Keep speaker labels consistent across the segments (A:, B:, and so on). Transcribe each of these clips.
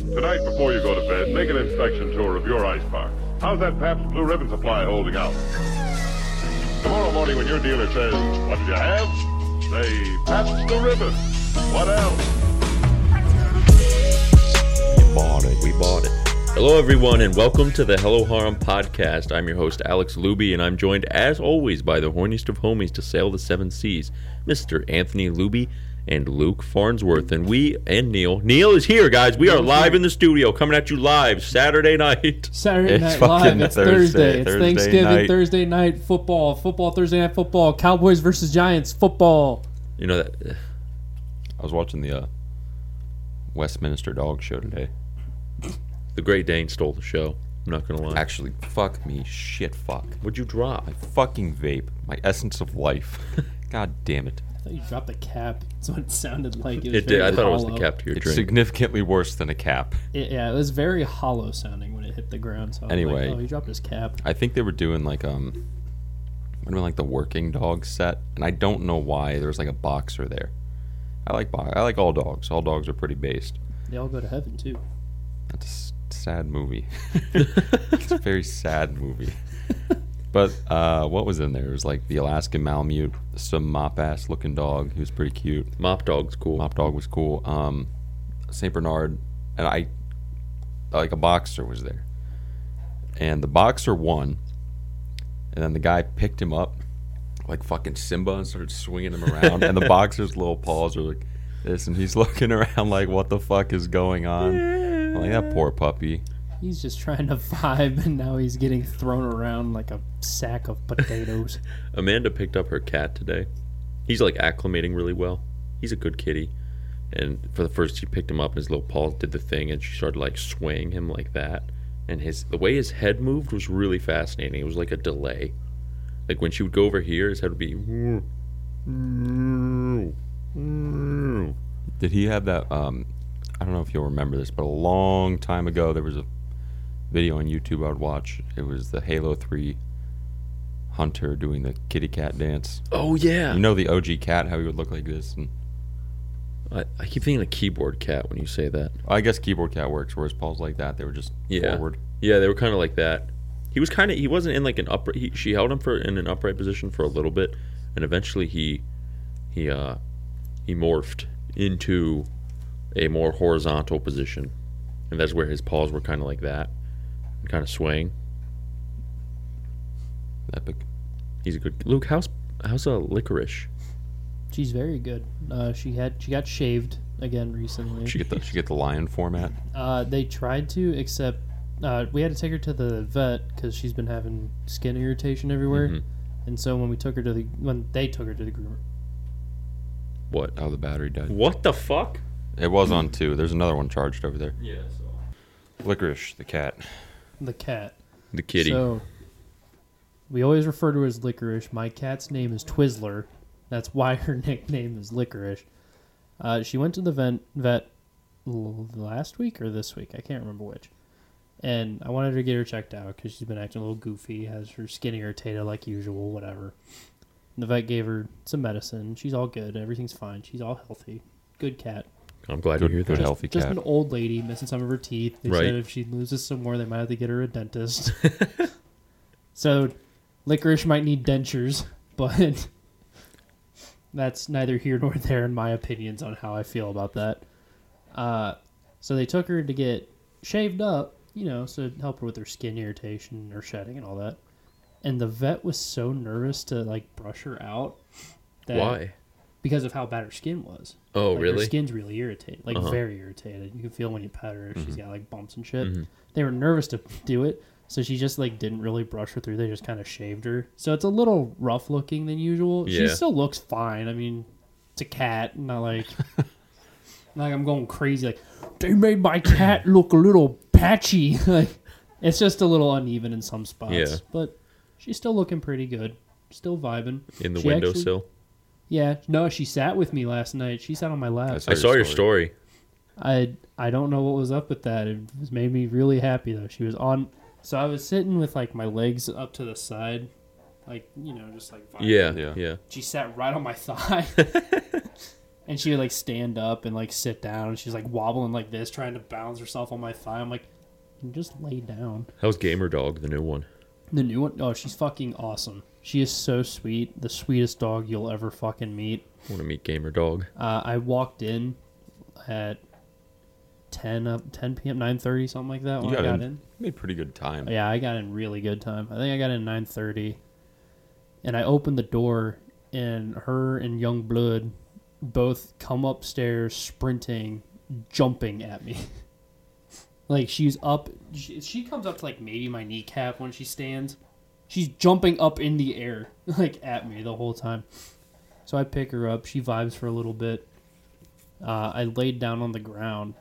A: Tonight, before you go to bed, make an inspection tour of your icebox. How's that Pabst Blue Ribbon supply holding out? Tomorrow morning, when your dealer says, What did you have? Say, Pabst Blue Ribbon. What else?
B: You bought it.
C: We bought it. Hello, everyone, and welcome to the Hello Harm podcast. I'm your host, Alex Luby, and I'm joined, as always, by the horniest of homies to sail the seven seas, Mr. Anthony Luby and Luke Farnsworth. And we and Neil. Neil is here, guys. We are live in the studio, coming at you live Saturday night.
B: Saturday
D: It's
B: Night
D: fucking
B: Live. It's Thursday.
D: Thursday.
B: It's
D: Thursday
B: Thanksgiving.
D: night.
B: Thursday night football. Football. Thursday night football. Cowboys versus Giants football.
C: You know that. uh,
D: I was watching the uh, Westminster Dog Show today.
C: The Great Dane stole the show. I'm not gonna lie.
D: Actually, fuck me, shit, fuck.
C: What'd you drop?
D: My fucking vape, my essence of life. God damn it!
B: I thought you dropped the cap. That's what it sounded like. was
C: It did.
B: very
C: I thought it was the
B: hollow.
C: cap to your
D: It's
C: drink.
D: significantly worse than a cap.
B: It- yeah, it was very hollow sounding when it hit the ground. So I was like,
D: Anyway.
B: oh, he dropped his cap.
D: I think they were doing like um, what am I like the working dog set, and I don't know why there was like a boxer there. I like bo- I like all dogs. All dogs are pretty based.
B: They all go to heaven too.
D: That's a s- sad movie. it's a very sad movie. But uh, what was in there? It was like the Alaskan Malamute, some mop ass looking dog. He was pretty cute.
C: Mop dog's cool.
D: Mop dog was cool. Um, Saint Bernard, and I, like a boxer was there, and the boxer won, and then the guy picked him up, like fucking Simba, and started swinging him around, and the boxer's little paws are like this, and he's looking around like, what the fuck is going on? I'm like that poor puppy.
B: He's just trying to vibe, and now he's getting thrown around like a sack of potatoes.
C: Amanda picked up her cat today. He's like acclimating really well. He's a good kitty. And for the first, she picked him up, and his little paws did the thing, and she started like swaying him like that. And his the way his head moved was really fascinating. It was like a delay. Like when she would go over here, his head would be.
D: Did he have that? Um, I don't know if you'll remember this, but a long time ago, there was a video on YouTube I'd watch. It was the Halo 3 hunter doing the kitty cat dance.
C: Oh yeah.
D: You know the OG cat, how he would look like this? And
C: I, I keep thinking a keyboard cat when you say that.
D: I guess keyboard cat works, where his paws like that, they were just
C: Yeah.
D: forward.
C: Yeah, they were kind of like that. He was kind of he wasn't in like an upright. He, she held him for in an upright position for a little bit, and eventually he he uh he morphed into a more horizontal position, and that's where his paws were kind of like that, kind of swaying.
D: Epic.
C: He's a good Luke. How's how's a licorice?
B: She's very good. Uh, she had she got shaved again recently.
D: She get the she get the lion format.
B: Uh, they tried to, except uh, we had to take her to the vet because she's been having skin irritation everywhere. And so when we took her to the when they took her to the groomer,
C: What?
D: Oh, the battery died.
C: What the fuck?
D: It was on two. There's another one charged over there.
C: Yeah. So.
D: Licorice, the cat.
B: the cat.
C: The kitty.
B: So we always refer to her as Licorice. My cat's name is Twizzler. That's why her nickname is Licorice. Uh, she went to the vet, vet l- last week or this week. I can't remember which. And I wanted to get her checked out because she's been acting a little goofy, has her skin irritated like usual, whatever. And the vet gave her some medicine. She's all good. Everything's fine. She's all healthy. Good cat.
C: I'm glad
D: Good,
C: to hear
D: good
C: that.
D: healthy
B: Just
D: cat.
B: an old lady missing some of her teeth. They
C: Right.
B: said if she loses some more, they might have to get her a dentist. so, licorice might need dentures, but that's neither here nor there in my opinions on how I feel about that. Uh, so they took her to get shaved up, you know, so to help her with her skin irritation or shedding and all that. And the vet was so nervous to like brush her out. That
C: Why?
B: Because of how bad her skin was.
C: Oh
B: Like, Her
C: really?
B: skin's really irritated, like
C: Uh-huh. Mm-hmm.
B: very irritated. You can feel when you pat her if she's got like bumps and shit. They were nervous to do it, so she just like didn't really brush her through. They just kind of shaved her, so it's a little rough looking than usual. She
C: Yeah.
B: still looks fine. I mean, it's a cat, not like like I'm going crazy. Like they made my cat look a little patchy. like it's just a little uneven in some spots.
C: Yeah.
B: but she's still looking pretty good. Still vibing
C: In the
B: She actually-
C: windowsill.
B: Yeah, no, she sat with me last night. She sat on my lap.
D: That's
C: I saw your story.
B: I I don't know what was up with that. It was- made me really happy though. She was on, so I was sitting with like my legs up to the side, like you know, just like vibing.
C: Yeah.
D: Yeah.
C: Yeah.
B: She sat right on my thigh, And she would like stand up and like sit down, and she's like wobbling like this, trying to balance herself on my thigh. I'm like, just lay down.
C: How's Gamer Dog, the new one?
B: The new one, oh, she's fucking awesome. She is so sweet, the sweetest dog you'll ever fucking meet.
C: I want to meet Gamer Dog.
B: Uh, I walked in at 10 up 10 p.m. 9:30 something like that when I got in.
D: Made pretty good time.
B: Yeah, I got in really good time. I think I got in 9:30, and I opened the door, and her and Young Blood both come upstairs sprinting, jumping at me. like she's up, she, she comes up to like maybe my kneecap when she stands. She's jumping up in the air like at me the whole time. So I pick her up. She vibes for a little bit. Uh, I laid down on the ground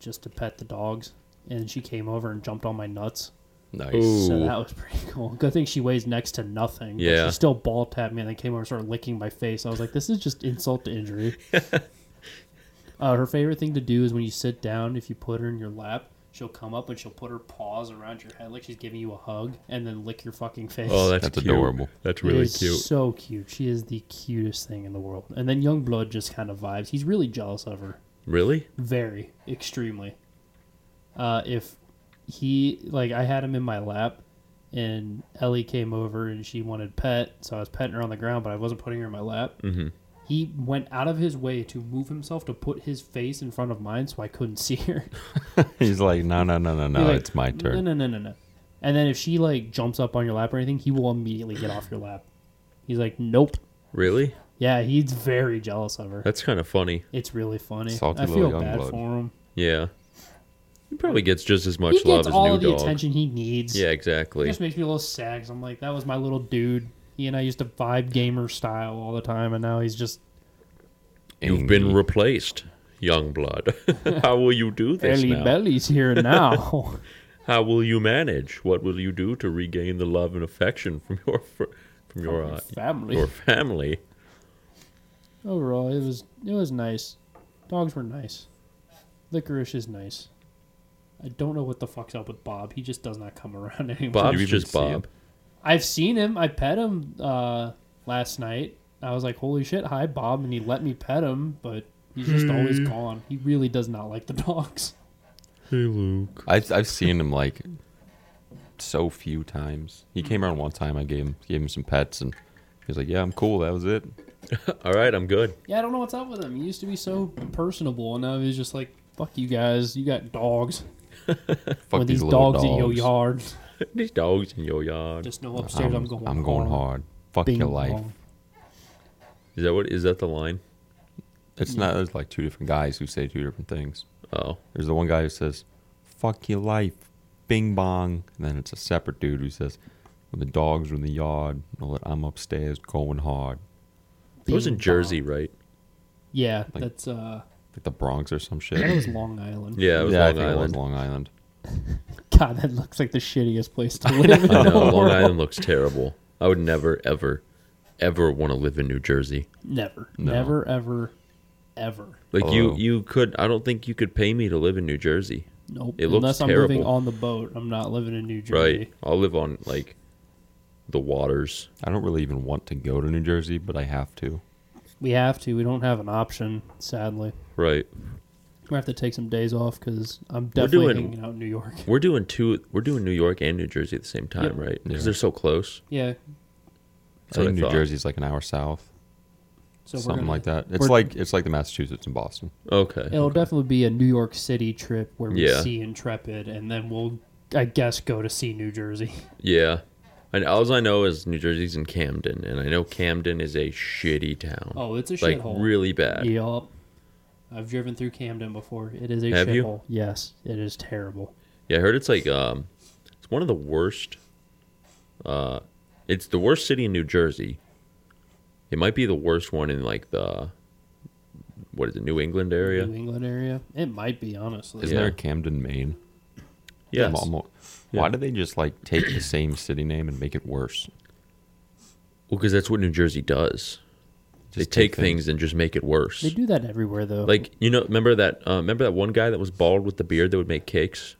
B: just to pet the dogs, and she came over and jumped on my nuts.
D: Nice.
C: Ooh.
B: So that was pretty cool. Good thing she weighs next to nothing. but
C: Yeah.
B: She still ball tapped me and then came over and started licking my face. I was like, this is just insult to injury. uh, her favorite thing to do is when you sit down, if you put her in your lap, she'll come up and she'll put her paws around your head like she's giving you a hug and then lick your fucking face.
C: Oh, that's,
D: That's
C: cute.
D: adorable.
C: That's
B: It
C: really
B: is
C: cute.
B: So cute. She is the cutest thing in the world. And then Youngblood just kind of vibes. He's really jealous of her.
C: Really?
B: Very, extremely. Uh, if he like, I had him in my lap, and Ellie came over and she wanted pet, so I was petting her on the ground, but I wasn't putting her in my lap. Mm-hmm. He went out of his way to move himself to put his face in front of mine, so I couldn't see her.
D: He's like, no, no, no, no, no.
B: You're like,
D: Oh, it's my turn.
B: No, no, no, no, no. And then if she like jumps up on your lap or anything, he will immediately get off your lap. He's like, nope.
C: Really?
B: Yeah, he's very jealous of her.
C: That's kind of funny.
B: It's really funny.
D: Salty
B: I
D: little
B: feel
D: young
B: bad
D: blood.
B: for him.
C: Yeah. He probably gets just as much
B: He
C: love
B: gets
C: as
B: all
C: new
B: of the
C: dog.
B: attention he needs.
C: Yeah,
B: It
C: exactly.
B: just makes me a little sad 'cause I'm like, that was my little dude. He and I used to vibe gamer style all the time, and now he's just
C: You've
D: Angry.
C: been replaced, young blood. How will you do this
B: Ellie
C: now?
B: Belly's here now.
C: How will you manage? What will you do to regain the love and affection from your fr- from your uh,
B: family.
C: your family?
B: Overall, it was it was nice. Dogs were nice. Licorice is nice. I don't know what the fuck's up with Bob. He just does not come around anymore.
C: Bob's
D: even
C: just
D: see him?
C: Bob.
B: I've seen him. I pet him uh, last night. I was like, "Holy shit, hi Bob," and he let me pet him, but he's just always gone. He really does not like the dogs.
C: Hey, Luke.
D: I've, I've seen him like so few times. He came around one time. I gave him gave him some pets, and he was like, "Yeah, I'm cool. That was it."
C: All right, I'm good.
B: Yeah, I don't know what's up with him. He used to be so personable, and now he's just like, "Fuck you guys, you got dogs.
D: Fuck
B: With these
D: little
B: dogs, in your yard,
C: These dogs in your yard.
B: just know upstairs
D: I'm,
B: I'm,
D: I'm
B: going.
D: going. hard. Fuck
B: Bing
D: your life.
B: bong.
C: Is that what? Is that the line?
D: It's not. There's like two different guys who say two different things.
C: Oh,
D: There's the one guy who says, "Fuck your life, Bing Bong," and then it's a separate dude who says, "When the dogs are in the yard, know that I'm upstairs going hard."
C: it was in
B: Bing
C: Jersey, right?
B: Yeah,
D: Like-
B: that's uh,
D: Like the Bronx or some shit.
B: that was Long Island.
C: Yeah, it was
D: yeah, I
C: Long
D: think it was
C: Island.
D: Long Island.
B: God, that looks like the shittiest place to live. in
C: I
B: the
C: know Long
B: world.
C: Island looks terrible. I would never, ever, ever want to live in New Jersey.
B: Never,
D: No.
B: never, ever, ever.
C: Like you,
B: Oh.
D: Hello.
C: you could. I don't think you could pay me to live in New Jersey.
B: Nope.
C: It looks
B: Unless I'm living
C: terrible.
B: on the boat, I'm not living in New Jersey.
C: Right. I'll live on like the waters.
D: I don't really even want to go to New Jersey, but I have to.
B: We have to. We don't have an option, sadly.
C: Right.
B: We have to take some days off because I'm
C: We're
B: definitely
C: doing-
B: hanging out in New York.
C: We're doing two. We're doing New York and New Jersey at the same time,
B: Yep.
C: right? Because
D: Yeah.
C: they're so close.
B: Yeah.
C: That's
D: I
C: what
D: think
C: I
D: New
C: thought.
D: Jersey's like an hour south,
B: So we're
D: something
B: gonna-
D: like that. It's
B: we're-
D: like it's like the Massachusetts and Boston.
C: Okay.
B: It'll definitely be a New York City trip where we
C: Yeah.
B: see Intrepid, and then we'll, I guess, go to see New Jersey.
C: Yeah. And all I know is New Jersey's in Camden, and I know Camden is a shitty town.
B: Oh, it's a
C: like
B: shithole.
C: really bad.
B: Yup. I've driven through Camden before. It is a
C: Have you?
B: shithole. Yes, it is terrible.
C: Yeah, I heard it's like um, it's one of the worst. Uh, it's the worst city in New Jersey. It might be the worst one in like the what is it, New England area?
B: New England area. It might be honestly.
D: Isn't
C: Yeah.
D: there a Camden, Maine?
C: Yes.
D: Mo- mo-
C: Yeah.
D: Why do they just like take the same city name and make it worse?
C: Well, because that's what New Jersey does. they
D: Just
C: take things and just make it worse.
B: They do that everywhere though.
C: Like you know, remember that? Uh, remember that one guy that was bald with the beard that would make cakes?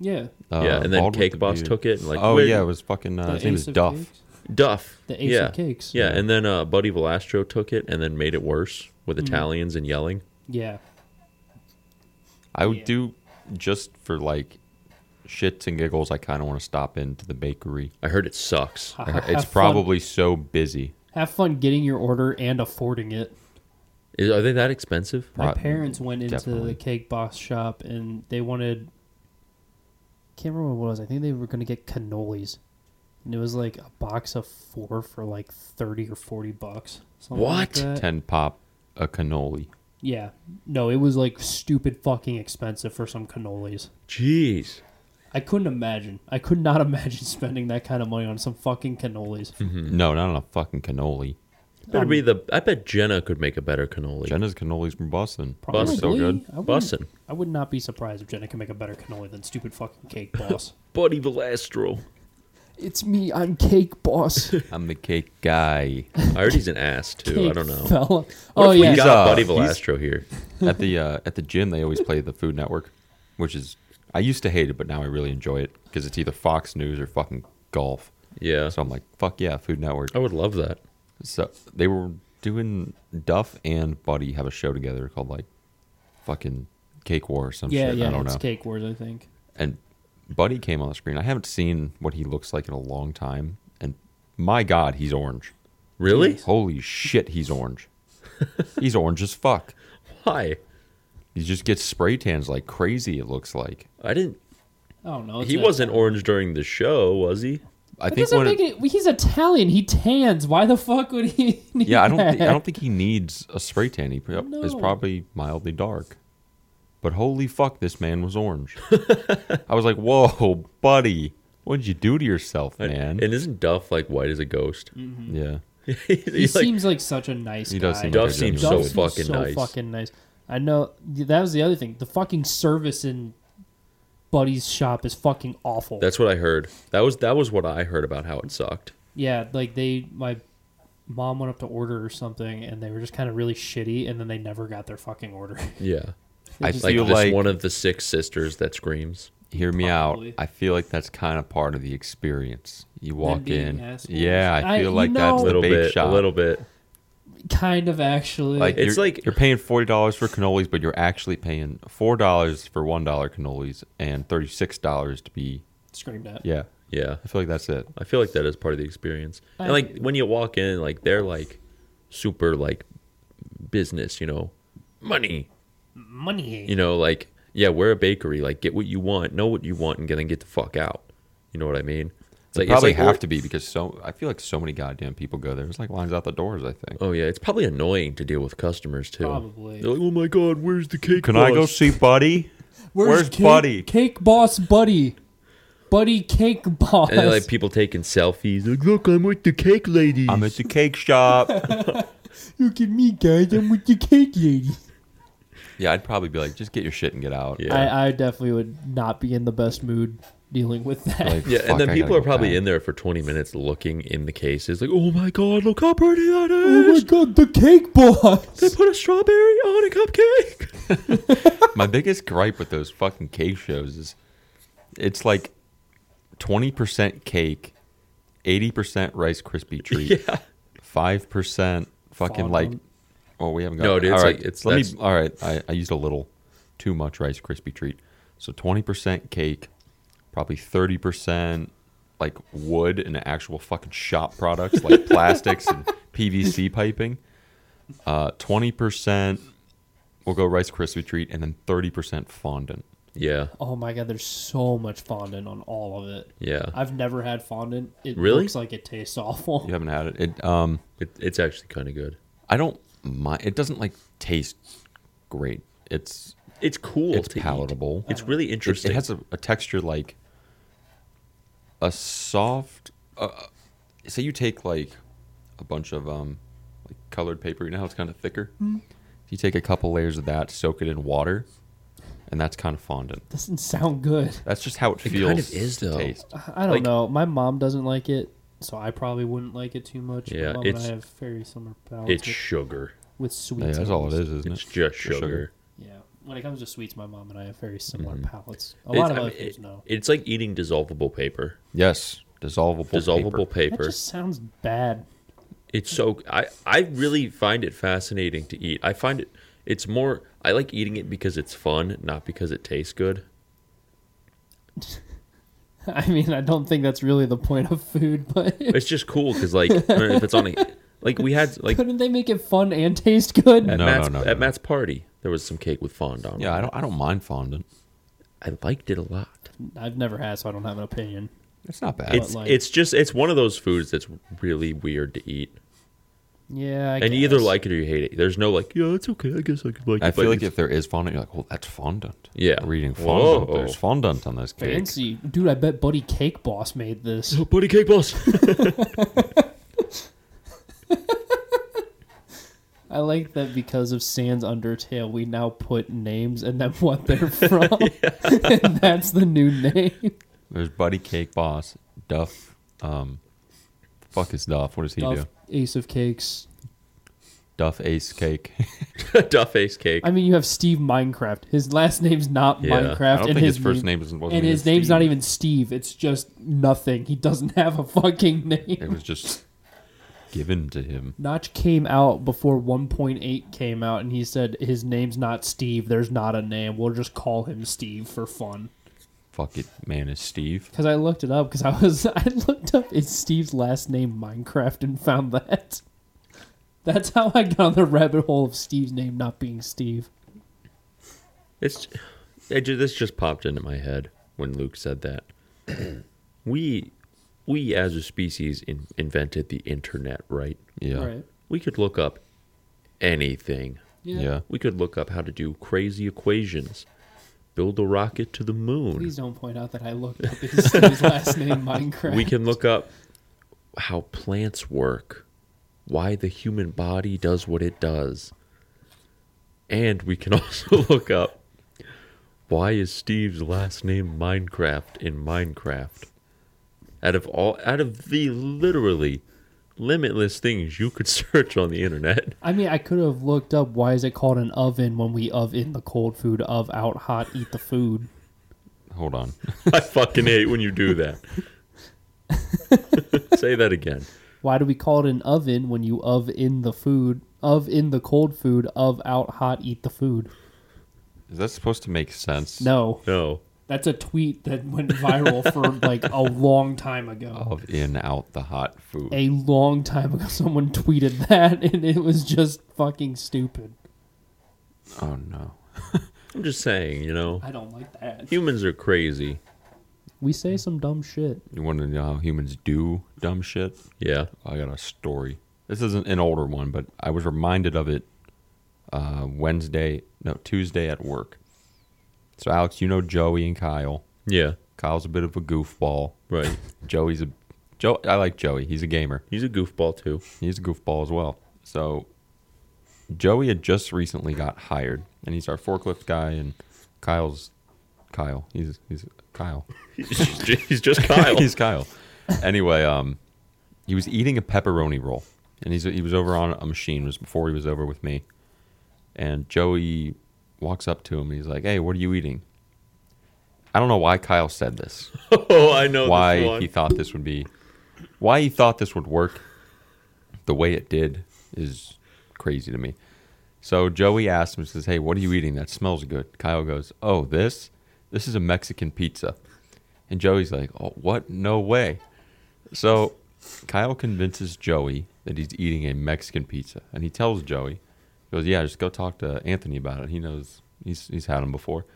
B: yeah,
C: yeah, and then
D: Uh, Baldwin
C: Cake
D: the
C: Boss
D: dude.
C: took it and like
D: oh
C: where-
D: yeah, it was fucking. Uh,
B: The
D: his name
B: Ace
D: is
B: of
D: Duff.
B: Cakes?
C: Duff.
B: The Ace
C: yeah.
B: of Cakes.
C: Yeah, and then uh, Buddy Velasquez took it and then made it worse. with
B: Mm-hmm.
C: Italians and yelling.
B: Yeah.
D: I would
B: Yeah.
D: do just for like shits and giggles. I kind of want to stop into the bakery.
C: I heard it sucks.
D: I heard-
B: Have
D: it's
B: fun.
D: probably so busy.
B: Have fun getting your order and affording it.
C: Is, are they that expensive?
B: My
D: Right.
B: parents went into the
D: Definitely.
B: cake box shop and they wanted. Can't remember what it was. I think they were going to get cannolis, and it was like a box of four for like thirty or forty bucks. something like
C: What?
B: that.
D: Ten pop a cannoli.
B: Yeah. No, it was like stupid fucking expensive for some cannolis.
C: Jeez.
B: I couldn't imagine. I could not imagine spending that kind of money on some fucking cannolis.
C: Hmm. Mm-hmm.
D: No, not on a fucking cannoli.
C: Better
D: Um,
C: be the. I bet Jenna could make a better cannoli.
D: Jenna's cannolis from Boston.
B: Probably.
D: So good.
B: I wouldn't-
C: Bussin'.
B: I would not be surprised if Jenna can make a better cannoli than stupid fucking cake boss.
C: Buddy Velastro.
B: it's me. I'm cake boss.
D: I'm the cake guy.
C: I heard he's an ass too. I
B: Cake
C: don't know.
B: fella. Oh
C: We
B: yeah.
C: got
D: uh,
C: Buddy
D: he's-
C: Velastro here.
D: at the uh, at the gym they always play the Food Network, which is I used to hate it, but now I really enjoy it because it's either Fox News or fucking golf.
C: Yeah,
D: So I'm like, fuck yeah, Food Network.
B: Oh.
C: I would love that.
D: So they were doing Duff and Buddy have a show together called like fucking Cake War or some
B: Yeah,
D: shit.
B: yeah.
D: I don't
B: it's
D: know.
B: cake wars. I think.
D: And Buddy came on the screen. I haven't seen what he looks like in a long time, and my god, he's orange.
C: Really?
D: Holy shit, he's orange. he's orange as fuck.
C: Why?
D: He just gets spray tans like crazy. It looks like.
C: I didn't.
B: I don't know.
C: He wasn't orange during the show, was he?
D: I
B: That
D: think
B: doesn't
D: when
B: make it, he's Italian. He tans. Why the fuck would he? Need
D: yeah, I don't
B: That?
D: think, I don't think he needs a spray tan. He pro- is
B: No.
D: probably mildly dark. But holy fuck, this man was orange. I was like, whoa, buddy, what did you do to yourself, man?
C: And isn't Duff like white as a ghost?
D: yeah,
C: He's
B: Mm. He
C: like,
B: seems like such a nice
D: He
B: guy.
D: does seem like
C: Duff
D: a
C: seems
D: genuine
C: so
B: Duff
D: dude.
B: seems
C: fucking
B: so
C: nice.
B: fucking nice. I know that was the other thing. The fucking service in Buddy's shop is fucking awful.
C: That's what I heard. That was that was what I heard about how it sucked.
B: yeah, like they my mom went up to order or something and they were just kind of really shitty and then they never got their fucking order.
C: Yeah,
D: I
B: just
C: like
D: feel
C: this
D: like,
C: one of the six sisters that screams.
D: hear me
B: Probably.
D: out. I feel like that's kind of part of the experience. You walk
B: being
D: in,
B: assholes.
D: yeah.
B: I-
D: I feel
B: you
D: like
B: know-
D: that's
C: A
D: the
C: little
D: bake
C: bit,
D: shop.
C: a little bit.
B: kind of actually.
D: Like
C: It's
D: it's you're,
C: like-
D: like you're paying forty dollars for cannolis, but you're actually paying four dollars for one dollar cannolis and thirty six dollars to be.
B: screamed at.
D: Yeah,
C: Yeah,
D: I feel like that's it.
C: I feel like that is part of the experience.
B: I
C: And like when you walk in, like they're like super like business, you know, money,
B: Money.
C: you know, like yeah, we're a bakery. Like get what you want, know what you want, and then get the fuck out. You know what I mean? It's
D: They
C: like
D: probably
C: it's like,
D: have to be because so I feel like so many goddamn people go there. It's like lines out the doors. I think.
C: Oh yeah, it's probably annoying to deal with customers too.
B: Probably.
C: They're like, oh my god, where's the cake?
D: Can I go
C: boss?"
D: see Buddy? Where's
B: cake,
D: Buddy?
B: Cake boss buddy. Buddy cake boss.
C: And then, like people taking selfies. Like, look, I'm with the cake lady.
D: I'm at the cake shop.
B: Look at me guys, I'm with the cake lady.
D: yeah, I'd probably be like, just get your shit and get out.
C: Yeah.
B: I, I definitely would not be in the best mood dealing with that.
D: Like,
C: yeah,
D: fuck,
C: and then
D: I
C: people
D: gotta
C: are
D: go
C: probably
D: back.
C: in there for 20 minutes looking in the cases. Like, oh my god, look how pretty that
B: oh my
C: is.
B: god, the cake boss!
C: they put a strawberry on a cupcake.
D: My biggest gripe with those fucking cake shows is, it's like, twenty percent cake, eighty percent Rice Krispie treat,
C: yeah.
D: five percent fucking
B: Fondant.
D: like. Well, Oh, we haven't got
C: No, dude,
D: All
C: it's
D: right,
C: like- it's-
D: let me.
C: that's-
D: All right, I, I used a little, too much Rice Krispie treat. So twenty percent cake, probably thirty percent like wood and actual fucking shop products like plastics and PVC piping. Uh, Twenty percent, we'll go Rice Krispie treat, and then thirty percent fondant.
C: Yeah.
B: Oh my god, there's so much fondant on all of it.
C: Yeah.
B: I've never had fondant. It
C: Really?
B: looks like it tastes awful.
D: You haven't had it. It um,
C: It, it's actually kind of good.
D: I don't mind. It doesn't like taste great. It's
C: It's cool.
D: it's
C: to eat.
D: palatable.
C: It's really
D: it,
C: interesting.
D: it has a, a texture like a soft. Uh, say you take like a bunch of um, like colored paper. You know how it's kind of thicker. You take a couple layers of that, soak it in water, and that's kind of fondant.
B: Doesn't sound good.
D: That's just how it,
C: It
D: feels.
C: kind of is,
D: to
C: though.
D: Taste.
B: I don't
C: Like-
B: know. My mom doesn't like it, so I probably wouldn't like it too much. My
C: Yeah,
B: mom and I
C: it's-
B: have very similar palates
C: it's
B: with,
C: sugar.
B: with sweets.
D: Yeah, that's all it
B: almost.
D: is, isn't
C: It's
D: it?
C: just
D: Sugar.
C: sugar.
B: Yeah. When it comes to sweets, my mom and I have very similar palates. A
C: Mm-hmm. It's-
B: lot of
C: I
B: other
C: mean,
B: foods,
C: it-
B: no.
C: It's like eating dissolvable paper.
D: Yes, dissolvable.
C: dissolvable
D: paper.
C: paper.
B: That just sounds bad.
C: It's so I I really find it fascinating to eat. I find it it's more I like eating it because it's fun, not because it tastes good.
B: I mean, I don't think that's really the point of food, but
C: It's just cool because like if it's on a like we had like at
B: couldn't they make it fun and taste good?
D: No,
C: Matt's,
D: no, no,
C: at
D: no.
C: Matt's party there was some cake with fondant. on
D: Yeah, I
C: it.
D: don't. I don't mind fondant.
C: I liked it a lot.
B: I've never had, so I don't have an opinion.
D: It's not bad.
C: It's
B: like-
C: it's just it's one of those foods that's really weird to eat.
B: Yeah, I
C: and you either
B: guess.
C: like it or you hate it. There's no like, yeah, it's okay. I guess I could like.
D: I
C: it, but
D: feel like
C: it's-
D: if there is fondant, you're like, well, that's fondant.
C: Yeah.
D: We're eating
C: Whoa.
D: fondant. There's fondant on this cake.
B: fancy, dude. I bet Buddy Cake Boss made this.
C: Oh, buddy cake boss.
B: I like that because of Sans Undertale, we now put names and then what they're from, and that's the new name.
D: There's Buddy Cake Boss, Duff. Um, fuck is Duff? What does he
B: Duff,
D: do?
B: Ace of Cakes.
D: Duff Ace Cake.
C: Duff Ace cake.
B: I mean, you have Steve Minecraft. His last name's not
C: Yeah, I
D: I
B: Minecraft,
D: don't
B: and
D: think
B: his,
D: his, first
B: name-
D: name was, wasn't
B: and
D: even
B: his name's
D: Steve.
B: not even Steve. It's just nothing. He doesn't have a fucking
D: It
B: name.
D: was just given to him.
B: Notch came out before 1.8 came out, and he said his name's not Steve. There's not a name. We'll just call him Steve for fun.
D: Fuck it, man is Steve.
B: Because I looked it up. Because I was I looked up is Steve's last name Minecraft and found that. That's how I got on the rabbit hole of Steve's name not being Steve.
C: it's it ju- this just popped into my head when Luke said that. we we as a species in, invented the internet, right?
D: Yeah.
B: Right.
C: We could look up anything.
D: Yeah.
C: We could look up how to do crazy equations, build a rocket to the moon.
B: Please don't point out that I looked up his, his last name Minecraft.
C: we can look up how plants work, why the human body does what it does, and we can also look up why is Steve's last name Minecraft in Minecraft. Out of all, out of the literally limitless things you could search on the internet,
B: I mean, I could have looked up why is it called an oven when we of in the cold food, of out hot, eat the food.
D: Hold on.
C: I fucking hate when you do that. Say that again.
B: Why do we call it an oven when you of in the food, of in the cold food, of out hot, eat the food?
D: Is that supposed to make sense?
B: No.
C: No.
B: That's a tweet that went viral for like a long time ago.
D: Of in out the hot food.
B: A long time ago, someone tweeted that, and it was just fucking stupid.
D: Oh no.
C: I'm just saying, you know,
B: I don't like that.
C: humans are crazy.
B: We say some dumb shit.
D: You want to know how humans do dumb shit?
C: Yeah.
D: I got a story. This isn't an older one, but I was reminded of it uh, Wednesday, no Tuesday at work. So Alex, you know Joey and Kyle.
C: Yeah.
D: Kyle's a bit of a goofball.
C: Right.
D: Joey's a Joe. I like Joey. He's a gamer.
C: He's a goofball too.
D: He's a goofball as well. So Joey had just recently got hired, and he's our forklift guy. And Kyle's Kyle. He's he's Kyle.
C: He's just Kyle.
D: he's Kyle. Anyway, um, he was eating a pepperoni roll, and he's he was over on a machine. It was before he was over with me, and Joey walks up to him and he's like, "Hey, what are you eating?" I don't know why Kyle said this.
C: oh, I know this
D: why
C: one.
D: he thought this would be, why he thought this would work, the way it did is crazy to me. So Joey asked him, says, "Hey, what are you eating? That smells good." Kyle goes, "Oh, this, this is a Mexican pizza," and Joey's like, "Oh, what? No way!" So Kyle convinces Joey that he's eating a Mexican pizza, and he tells Joey, he "Goes, yeah, just go talk to Anthony about it. He knows he's he's had them before."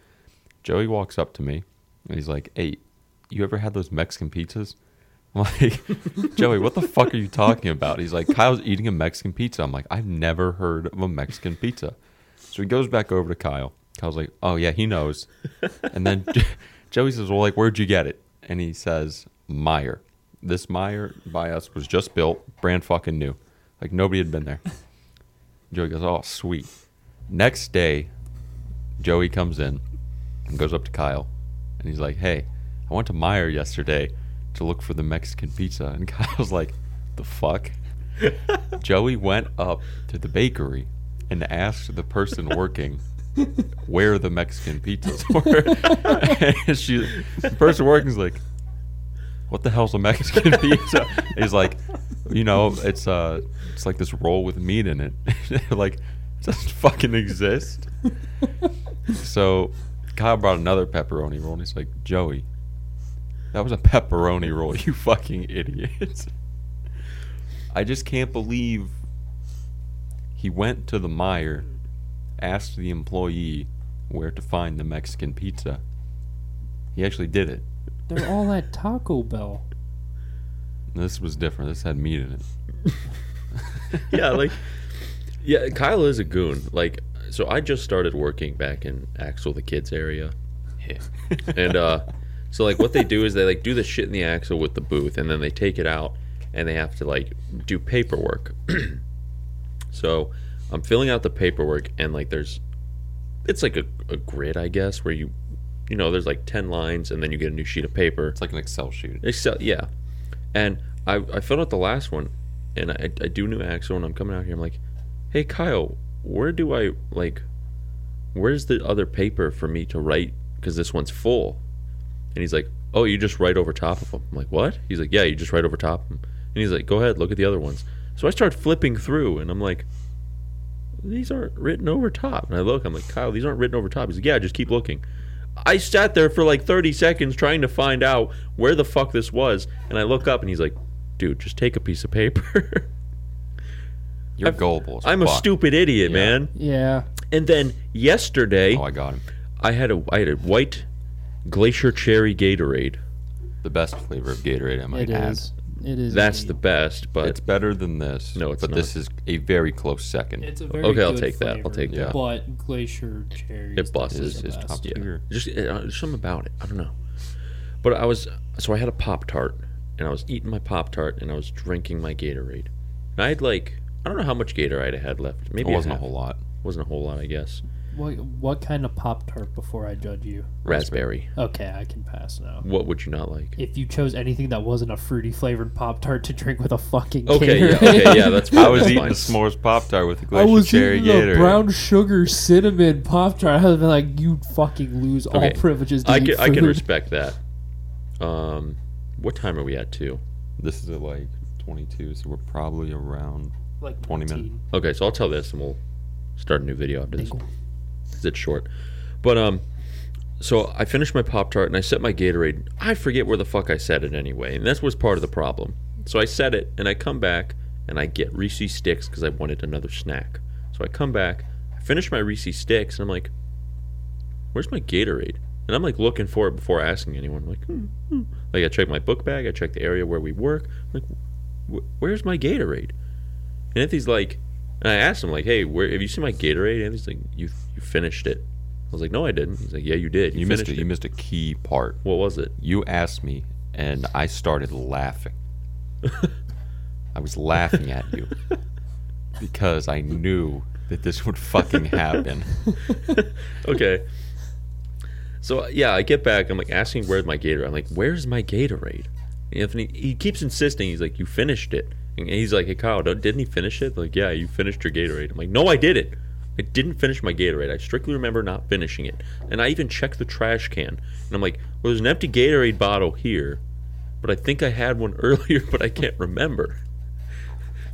D: Joey walks up to me, and he's like, "Hey, you ever had those Mexican pizzas?" I'm like, Joey, what the fuck are you talking about? He's like, Kyle's eating a Mexican pizza. I'm like, I've never heard of a Mexican pizza. So he goes back over to Kyle. Kyle's like, oh, yeah, he knows. And then Joey says, well, like, where'd you get it? And he says, Meyer. This Meyer by us was just built, brand fucking new. Like, nobody had been there. Joey goes, oh, sweet. Next day, Joey comes in and goes up to Kyle and he's like, Hey, I went to Meyer yesterday to look for the Mexican pizza. And Kyle's like, The fuck? Joey went up to the bakery and asked the person working where the Mexican pizzas were. and she, the person working's like, what the hell's a Mexican pizza? He's like, you know, it's uh, it's like this roll with meat in it. like, it doesn't fucking exist. so, Kyle brought another pepperoni roll, and he's like, Joey, that was a pepperoni roll, you fucking idiot. I just can't believe he went to the mire, asked the employee where to find the Mexican pizza. He actually did it.
B: They're all at Taco Bell.
D: This was different. This had meat in it.
C: yeah, like yeah, Kyle is a goon. Like so I just started working back in Axel the Kids area. And uh so like what they do is they like do the shit in the axle with the booth and then they take it out and they have to like do paperwork. so I'm filling out the paperwork and like there's it's like a, a grid I guess where you you know there's like 10 lines and then you get a new sheet of paper.
D: It's like an Excel sheet.
C: Excel, yeah. And I, I filled out the last one, and I, I do new Axel, and I'm coming out here. I'm like, hey Kyle, where do I like? Where's the other paper for me to write? Because this one's full. And he's like, oh, you just write over top of them. I'm like, what? He's like, yeah, you just write over top of them. And he's like, go ahead, look at the other ones. So I start flipping through, and I'm like. These aren't written over top. And I look, I'm like, Kyle, these aren't written over top. He's like, yeah, just keep looking. I sat there for like 30 seconds trying to find out where the fuck this was, and I look up and he's like, dude, just take a piece of paper.
D: You're
C: I've-
D: gullible. as
C: I'm a
D: fuck.
C: stupid idiot,
D: Yeah.
C: man.
B: Yeah.
C: And then yesterday,
D: Oh, I got him.
C: I had a I had a white glacier cherry Gatorade.
D: The best flavor of Gatorade I might
B: It
D: add.
B: is. It is.
C: That's the
B: indeed.
C: best, but
D: It's better than this.
C: No, it's
D: but this is a very close second.
B: It's a very
C: Okay, I'll
B: good
C: take that. I'll
B: flavor,
C: take
D: that.
B: But glacier cherry.
C: It busts.
B: is
D: It's
B: the
D: top
B: best.
C: yeah.
D: tier.
C: Just uh, there's something about it. I don't know. But I was so I had a pop tart and I was eating my pop tart and I was drinking my Gatorade. And I had like I don't know how much Gatorade I had left.
D: It
C: Maybe
D: wasn't a
C: half.
D: whole lot.
C: Wasn't a whole lot, I guess.
B: What what kind of pop tart? Before I judge you.
C: Raspberry.
B: Okay, I can pass now.
C: What would you not like?
B: If you chose anything that wasn't a fruity flavored pop tart to drink with a fucking
C: Okay, yeah,
B: Gatorade.
C: okay, yeah, that's
D: I was
C: that's
D: eating
C: fine.
D: the s'mores pop tart with the
B: I
D: glacier
B: was
D: cherry
B: eating the
D: Gatorade.
B: brown sugar cinnamon pop tart. I would have been like, you fucking lose all
C: Okay,
B: privileges. To
C: I
B: eat
C: can, I can
B: food."
C: respect that. Um, what time are we at? Two.
D: This is at like 22, so we're probably around.
B: like
D: 20 minutes.
C: Okay, so I'll tell this and we'll start a new video after this. Is it short? But um, so I finished my pop tart and I set my Gatorade. I forget where the fuck I set it anyway, and that was part of the problem. So I set it and I come back and I get Reese's sticks because I wanted another snack. So I come back, I finish my Reese's sticks, and I'm like, "Where's my Gatorade?" And I'm like looking for it before asking anyone. I'm like, hmm, hmm. like I check my book bag, I check the area where we work. I'm like, "Wh- where's my Gatorade? And Anthony's like, and I asked him like, "Hey, where have you seen my Gatorade?" And he's like, "You you finished it." I was like, "No, I didn't." He's like, "Yeah, you did. You,
D: You missed
C: finished
D: it. You missed a key part.
C: What was it?
D: You asked me, and I started laughing. I was laughing at you because I knew that this would fucking happen.
C: Okay. So yeah, I get back. I'm like asking where's my Gatorade. I'm like, "Where's my Gatorade?" Anthony he keeps insisting. He's like, "You finished it." And he's like, "Hey Kyle, don't- didn't he finish it?" Like, "Yeah, you finished your Gatorade." I'm like, "No, I didn't. I didn't finish my Gatorade. I strictly remember not finishing it." And I even checked the trash can. And I'm like, "Well, there's an empty Gatorade bottle here, but I think I had one earlier, but I can't remember."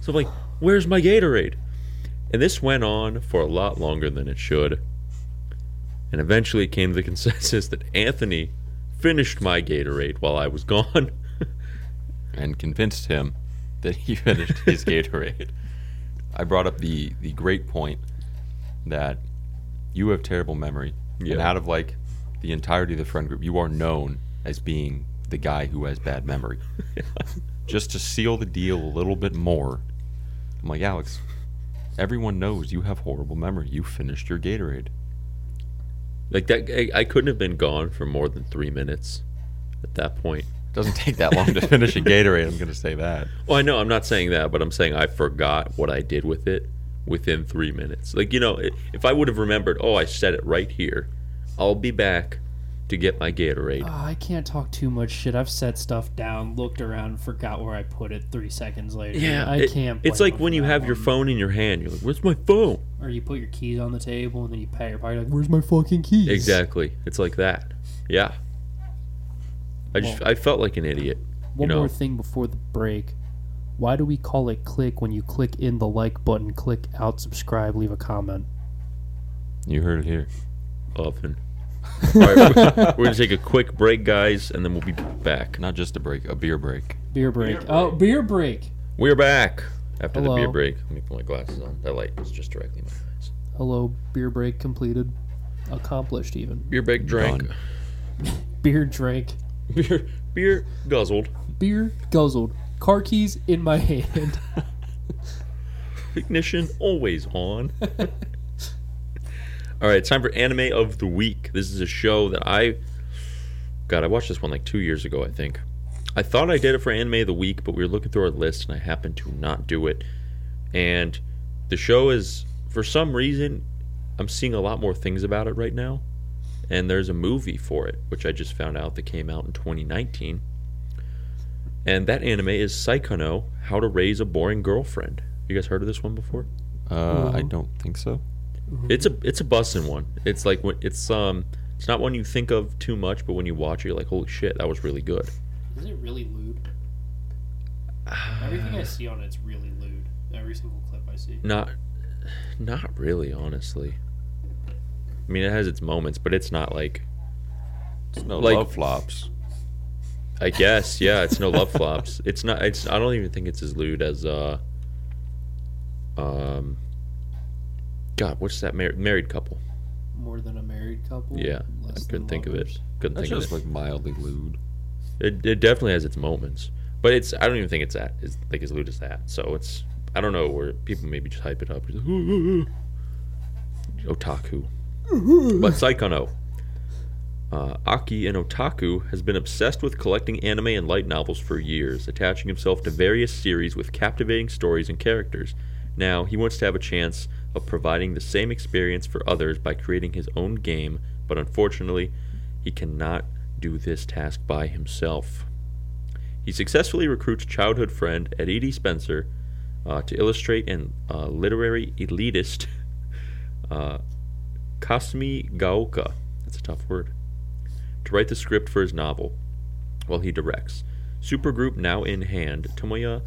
C: So I'm like, "Where's my Gatorade?" And this went on for a lot longer than it should. And eventually it came to the consensus that Anthony finished my Gatorade while I was gone.
D: and convinced him that he finished his Gatorade. I brought up the the great point that you have terrible memory, and
C: Yeah.
D: out of like the entirety of the friend group, you are known as being the guy who has bad memory. Just to seal the deal a little bit more, I'm like Alex. Everyone knows you have horrible memory. You finished your Gatorade.
C: Like that I, I couldn't have been gone for more than 3 minutes at that point.
D: It doesn't take that long to finish a Gatorade. I'm gonna say that.
C: Well, I know I'm not saying that, but I'm saying I forgot what I did with it within 3 minutes. Like, you know, i- if I would have remembered, "Oh, I said it right here. I'll be back to get my Gatorade."
B: Ah, I can't talk too much shit. I've set stuff down, looked around, forgot where I put it three seconds later.
C: Yeah,
B: I
C: it-
B: can't.
C: It's
B: blame
C: like
B: them
C: when
B: for
C: you
B: that
C: have your
B: one.
C: phone in your hand, you're like, "Where's my phone?"
B: or you put your keys on the table and then you pat your pocket like, "Where's my fucking keys?"
C: Exactly. It's like that. Yeah. I just I felt like an idiot.
B: One
C: know.
B: more thing before the break. Why do we call it click when you click in the like button, click out, subscribe, leave a comment?
D: You heard it here.
C: Often. All right, we're, we're gonna take a quick break, guys, and then we'll be back.
D: Not just a break, a beer break.
B: Beer break. Oh, beer break.
C: We're back after the beer
B: Hello.
C: break. Let me put my glasses on. That light is just directly in my eyes.
B: Hello, beer break completed. Accomplished, even.
C: Beer break drank.
D: Done.
B: Beer drank.
C: Beer beer guzzled.
B: Beer guzzled. Car keys in my hand.
C: Ignition always on. All right, it's time for anime of the week. This is a show that I God, I watched this one like 2 years ago, I think. I thought I did it for anime of the week, but we were looking through our list and I happened to not do it. And the show is for some reason I'm seeing a lot more things about it right now. And there's a movie for it, which I just found out that came out in 2019. And that anime is Psychono: How to Raise a Boring Girlfriend. You guys heard of this one before?
D: Uh, I don't think so. Mm-hmm.
C: It's a it's a bussin' one. It's like when it's um it's not one you think of too much, but when you watch it, you're like, holy shit, that was really good.
B: Is it really lewd?
C: Uh,
B: Everything I see on it's really lewd. Every single clip I see.
C: Not not really, honestly. I mean, it has its moments, but it's not like
D: It's no
C: Like-
D: love flops.
C: I guess yeah, it's no love flops. It's not. It's I don't even think it's as lewd as uh um God, what's that mar- married couple?
B: More than a married couple.
C: Yeah, I
B: less
C: couldn't
B: than
C: think of it.
B: lovers.
C: Couldn't
D: That's
C: think of it.
D: just like mildly lewd.
C: It, it definitely has its moments, but it's I don't even think it's that is like as lewd as that. So it's I don't know where people maybe just hype it up. Just, "Ooh, ooh, ooh." Otaku, but Psychono. Uh, Aki, an otaku, has been obsessed with collecting anime and light novels for years, attaching himself to various series with captivating stories and characters. Now he wants to have a chance of providing the same experience for others by creating his own game, but unfortunately, he cannot do this task by himself. He successfully recruits childhood friend Edie Spencer uh, to illustrate an uh, literary elitist, uh, Kasumi Gaoka, that's a tough word, to write the script for his novel while he directs. Supergroup now in hand, Tomoya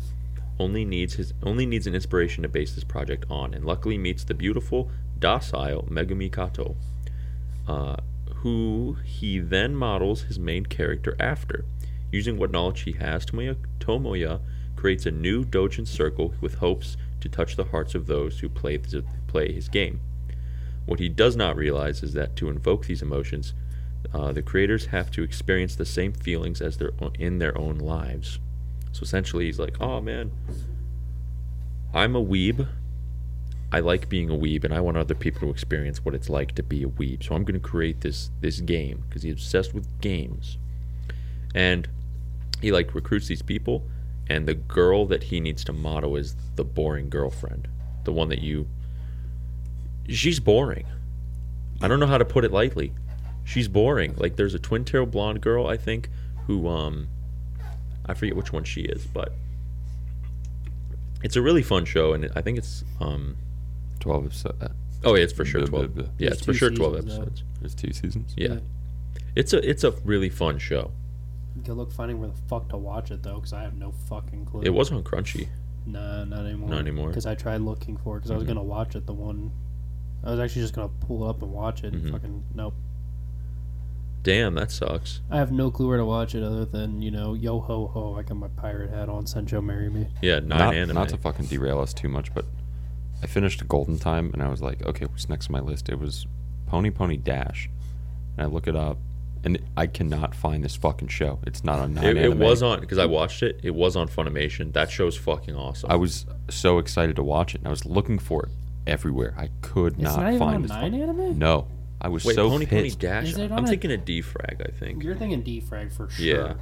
C: only needs his only needs an inspiration to base this project on, and luckily meets the beautiful, docile Megumi Kato, uh, who he then models his main character after. Using what knowledge he has, Tomoya, Tomoya creates a new doujin circle with hopes to touch the hearts of those who play, th- play his game. What he does not realize is that to invoke these emotions, uh, the creators have to experience the same feelings as their o- in their own lives. So essentially, he's like, "Oh man, I'm a weeb. I like being a weeb, and I want other people to experience what it's like to be a weeb. So I'm going to create this this game because he's obsessed with games, and he like recruits these people, and the girl that he needs to model is the boring girlfriend, the one that you. She's boring. I don't know how to put it lightly. She's boring. Like there's a twin tail blonde girl I think who um I forget which one she is, but it's a really fun show and I think it's um
D: Twelve episodes. Uh,
C: oh yeah, it's for sure
D: Blah, blah,
C: 12.
D: blah.
C: Yeah,
B: There's
C: it's for
B: two
C: sure 12
B: seasons out.
C: episodes.
D: there's two seasons.
C: Yeah. It's a it's a really fun show.
B: Good luck finding where the fuck to watch it though, because I have no fucking clue.
C: It was on Crunchy.
B: Nah, not anymore.
C: Not anymore. Mm-hmm.
B: Because I tried looking for it. Because I was gonna watch it. The one. I was actually just gonna pull it up and watch it.
C: Mhm.
B: Fucking nope.
C: Damn, that sucks.
B: I have no clue where to watch it other than you know, yo ho ho. I got my pirate hat on. Sancho, marry me.
C: Yeah, nine
D: not,
C: anime.
D: not to fucking derail us too much, but I finished Golden Time and I was like, okay, what's next on my list? It was Pony Pony Dash, and I look it up, and I cannot find this fucking show. It's not on.
C: it, it
D: anime.
C: was on because I watched it. It was on Funimation. That show's fucking awesome.
D: I was so excited to watch it, and I was looking for it everywhere. I could
B: It's
D: not,
B: not, even
D: find
B: on
D: this.
B: Nine
D: fucking-
B: Anime.
D: no, I was
C: Wait,
D: so
C: Pony Pony
D: pissed.
C: Dash.
B: Is it
C: I'm
B: on a-
C: thinking a defrag, I think.
B: You're thinking defrag for sure.
C: Yeah.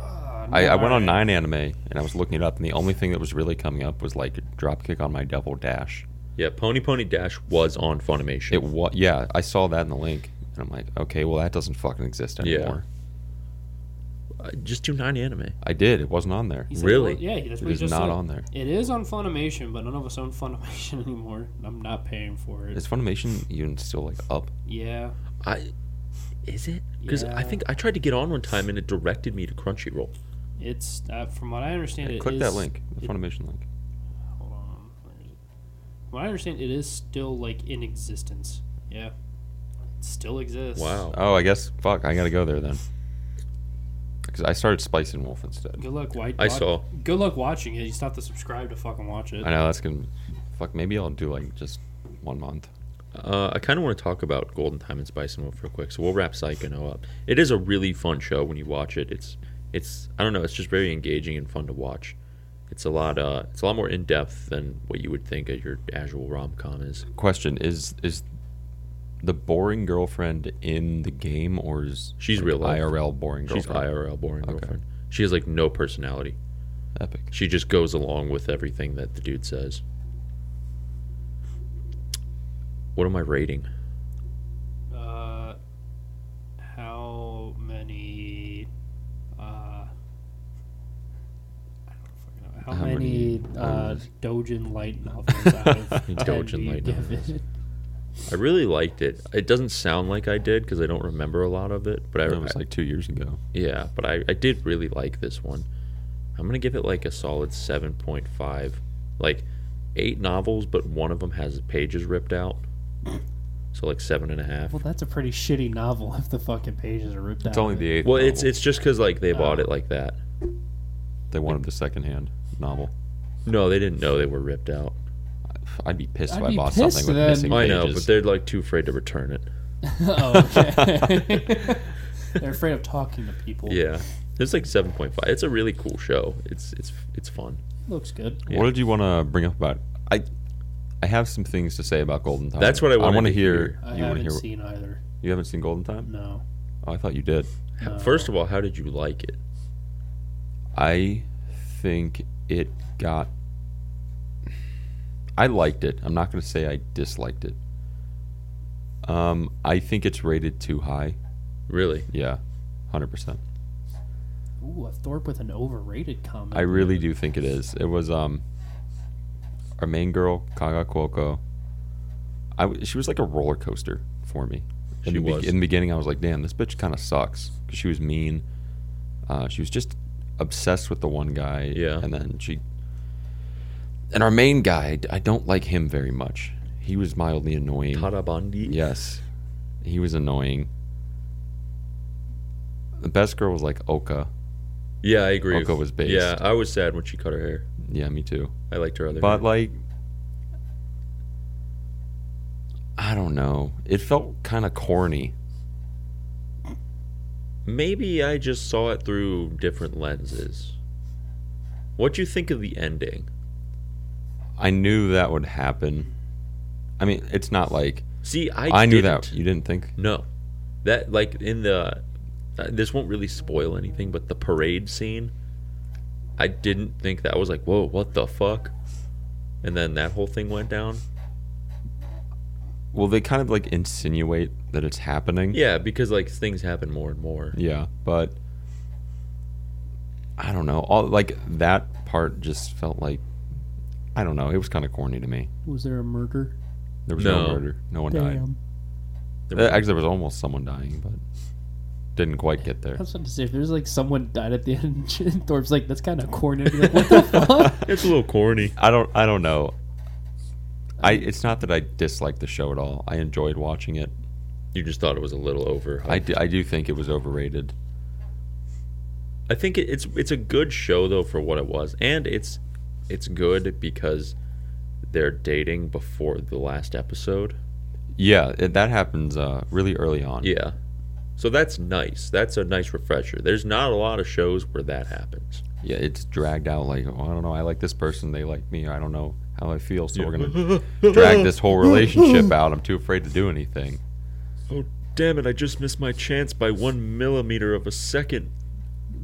B: Ah,
D: I,
B: no,
D: I went on
B: alright.
D: Nine Anime and I was looking it up, and the only thing that was really coming up was like Dropkick on My Devil Dash.
C: Yeah, Pony Pony Dash was on Funimation.
D: It was yeah, I saw that in the link, and I'm like, okay, well that doesn't fucking exist
C: Yeah.
D: anymore.
C: Uh, just do nine anime.
D: I did. It wasn't on there.
B: He said it
C: Really?
B: was- yeah, that's
D: It
B: what he
D: is
B: just
D: not
B: said.
D: on there.
B: It is on Funimation, but none of us own Funimation anymore. I'm not paying for it.
D: Is Funimation even still like up?
B: yeah.
C: I Is it? Because I
B: Yeah.
C: think I tried to get on one time and it directed me to Crunchyroll.
B: It's uh, from what I understand. it
D: click that
B: is-
D: link, the
B: it-
D: Funimation link.
B: Hold on. where is it? From what I understand, it is still like in existence. Yeah, it still exists.
C: Wow.
D: Oh, I guess fuck, I gotta go there then. Because I started splicing Wolf instead.
B: Good luck. White.
C: I saw.
B: Good luck watching it. You still have to subscribe to fucking watch it.
D: I know that's gonna fuck. Maybe I'll do like just one month.
C: Uh, I kind of want to talk about Golden Time and Spice and Wolf real quick, so we'll wrap Psychono up. It is a really fun show when you watch it. It's, it's I don't know, it's just very engaging and fun to watch. It's a lot, uh, it's a lot more in depth than what you would think of your casual rom com is.
D: Question is is the boring girlfriend in the game or is
C: She's
D: like,
C: real life.
D: IRL boring girlfriend?
C: She's IRL boring girlfriend. She has like no personality.
D: Epic.
C: She just goes along with everything that the dude says. What am I rating?
B: Uh, how many? Uh, I don't fucking know. How,
D: How
B: many,
D: many
B: uh,
D: O's?
B: Dojin light novels out of 10
C: Dojin
B: do you
C: light
B: give
C: novels.
B: it?
C: I really liked it. It doesn't sound like I did because I don't remember a lot of it, but I
D: That
C: remember.
D: was like two years ago.
C: Yeah, but I, I did really like this one. I'm gonna give it like a solid seven point five. Like eight novels, but one of them has pages ripped out. So like seven and a half.
B: Well, that's a pretty shitty novel if the fucking pages are ripped out.
D: It's only
B: of
D: the
B: it.
D: eighth.
C: Well, it's
D: novel.
C: it's just because like they bought it like that.
D: they wanted the secondhand novel.
C: No, they didn't know they were ripped out.
D: I'd be pissed
B: I'd
D: if I
B: be
D: bought
B: pissed
D: something with
B: then.
D: missing
C: I
D: pages.
C: know, but they're like too afraid to return it.
B: oh, okay. They're afraid of talking to people.
C: Yeah, it's like seven point five. It's a really cool show. It's it's it's fun.
B: Looks good.
C: Yeah.
D: What did you want to bring up about? I I have some things to say about Golden Time.
C: That's what I wanted
D: wanna
C: to hear.
D: hear.
B: I
D: You want to
B: haven't
D: hear?
B: seen Mm. either.
D: You haven't seen Golden Time?
B: No.
D: Oh, I thought you did.
C: H-
B: No.
C: First of all, how did you like it?
D: I think it got. I liked it. I'm not going to say I disliked it. Um, I think it's rated too high.
C: Really?
D: Yeah, hundred percent.
B: Ooh, a Thorpe with an overrated comment.
D: I really do think it is. It was um, our main girl Kaga Cuoco. I w- she was like a roller coaster for me. In
C: She
D: the
C: was.
D: in the beginning, I was like, "Damn, this bitch kind of sucks." 'Cause she was mean. Uh, she was just obsessed with the one guy.
C: Yeah.
D: and then she. And our main guy, I don't like him very much. He was mildly annoying.
C: Tadabandi.
D: Yes. He was annoying. The best girl was like Oka.
C: Yeah, I agree.
D: Oka was based.
C: Yeah, I was sad when she cut her hair.
D: Yeah, me too.
C: I liked her other.
D: But
C: hair.
D: like I don't know. It felt kind of corny.
C: maybe I just saw it through different lenses. What do you think of the ending?
D: I knew that would happen. I mean, it's not like
C: See, I
D: I, knew
C: didn't.
D: that. You didn't think?
C: No, that like in the uh, this won't really spoil anything, but the parade scene, I didn't think that I was like, whoa, what the fuck? And then that whole thing went down.
D: Well, they kind of like insinuate that it's happening.
C: Yeah, because like things happen more and more.
D: Yeah, but I don't know. All like that part just felt like I don't know. It was kind of corny to me.
B: Was there a murder?
D: There was
C: No.
D: no murder. No one died.
B: Damn.
C: There
D: Uh,
C: was-
D: Actually, there was almost someone dying, but didn't quite get there.
B: I was about to say, if there's like someone died at the end, and Thorpe's like, that's kind of corny. I'd be like, what the fuck?
C: it's a little corny.
D: I don't. I don't know. I. It's not that I dislike the show at all. I enjoyed watching it.
C: You just thought it was a little over.
D: I do, I do think it was overrated.
C: I think it, it's it's a good show though for what it was, and it's it's good because they're dating before the last episode.
D: Yeah, it, that happens uh, really early on.
C: Yeah, so that's nice. That's a nice refresher. There's not a lot of shows where that happens.
D: Yeah, it's dragged out like oh, I don't know. I like this person. They like me. I don't know how I feel. So we're gonna drag this whole relationship out. I'm too afraid to do anything.
C: Oh damn it! I just missed my chance by one millimeter of a second.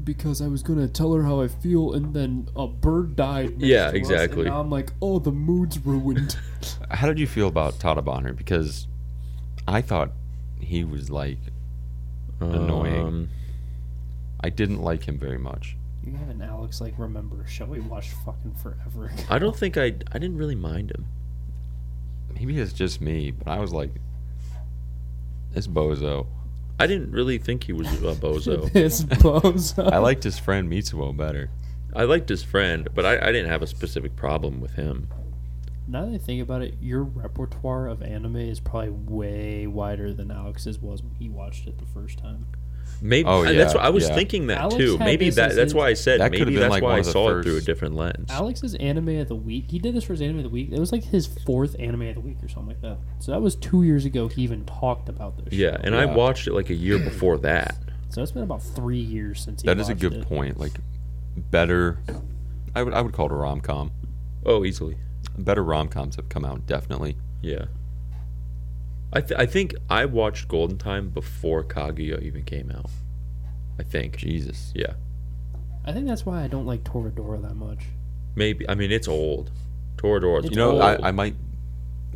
B: because I was gonna tell her how I feel, and then a bird died. next
C: Yeah,
B: to us,
C: exactly.
B: and now I'm like, oh, the mood's ruined.
D: How did you feel about Tada Bonner? Because I thought he was like Annoying.
C: Um,
D: I didn't like him very much.
B: you haven't Alex like remember a show we watched fucking forever. ago.
C: I don't think I I didn't really mind him.
D: Maybe it's just me, but I was like, this bozo.
C: I didn't really think he was a bozo.
B: It's bozo.
D: I liked his friend Mitsuo better.
C: I liked his friend, but I, I didn't have a specific problem with him.
B: Now that I think about it, your repertoire of anime is probably way wider than Alex's was when he watched it the first time.
C: Maybe
D: Oh,
C: I- that's
D: yeah,
C: what I was
D: yeah.
C: thinking that
B: Alex
C: too.
B: had
C: Maybe
B: this
C: that
B: as
C: that's
B: his-
C: why I said
D: That could've
C: maybe
D: been,
C: that's
D: like,
C: why
D: one
C: I
D: of the
C: saw it through a
D: first.
C: different lens.
B: Alex's anime of the week, he did this for his anime of the week. It was like his fourth anime of the week or something like that. So that was two years ago he even talked about this.
C: yeah, and I
D: Yeah.
C: watched it like a year before that.
B: So it's been about three years since he
D: That is a
B: watched
D: good
B: it.
D: point. Like better I would I would call it a rom com.
C: Oh, easily.
D: Better rom coms have come out definitely.
C: Yeah. I th- I think I watched Golden Time before Kaguya even came out. I think.
D: Jesus.
C: Yeah.
B: I think that's why I don't like Toradora that much.
C: Maybe. I mean, it's old. Toradora.
B: It's
D: You know,
B: old.
D: I, I might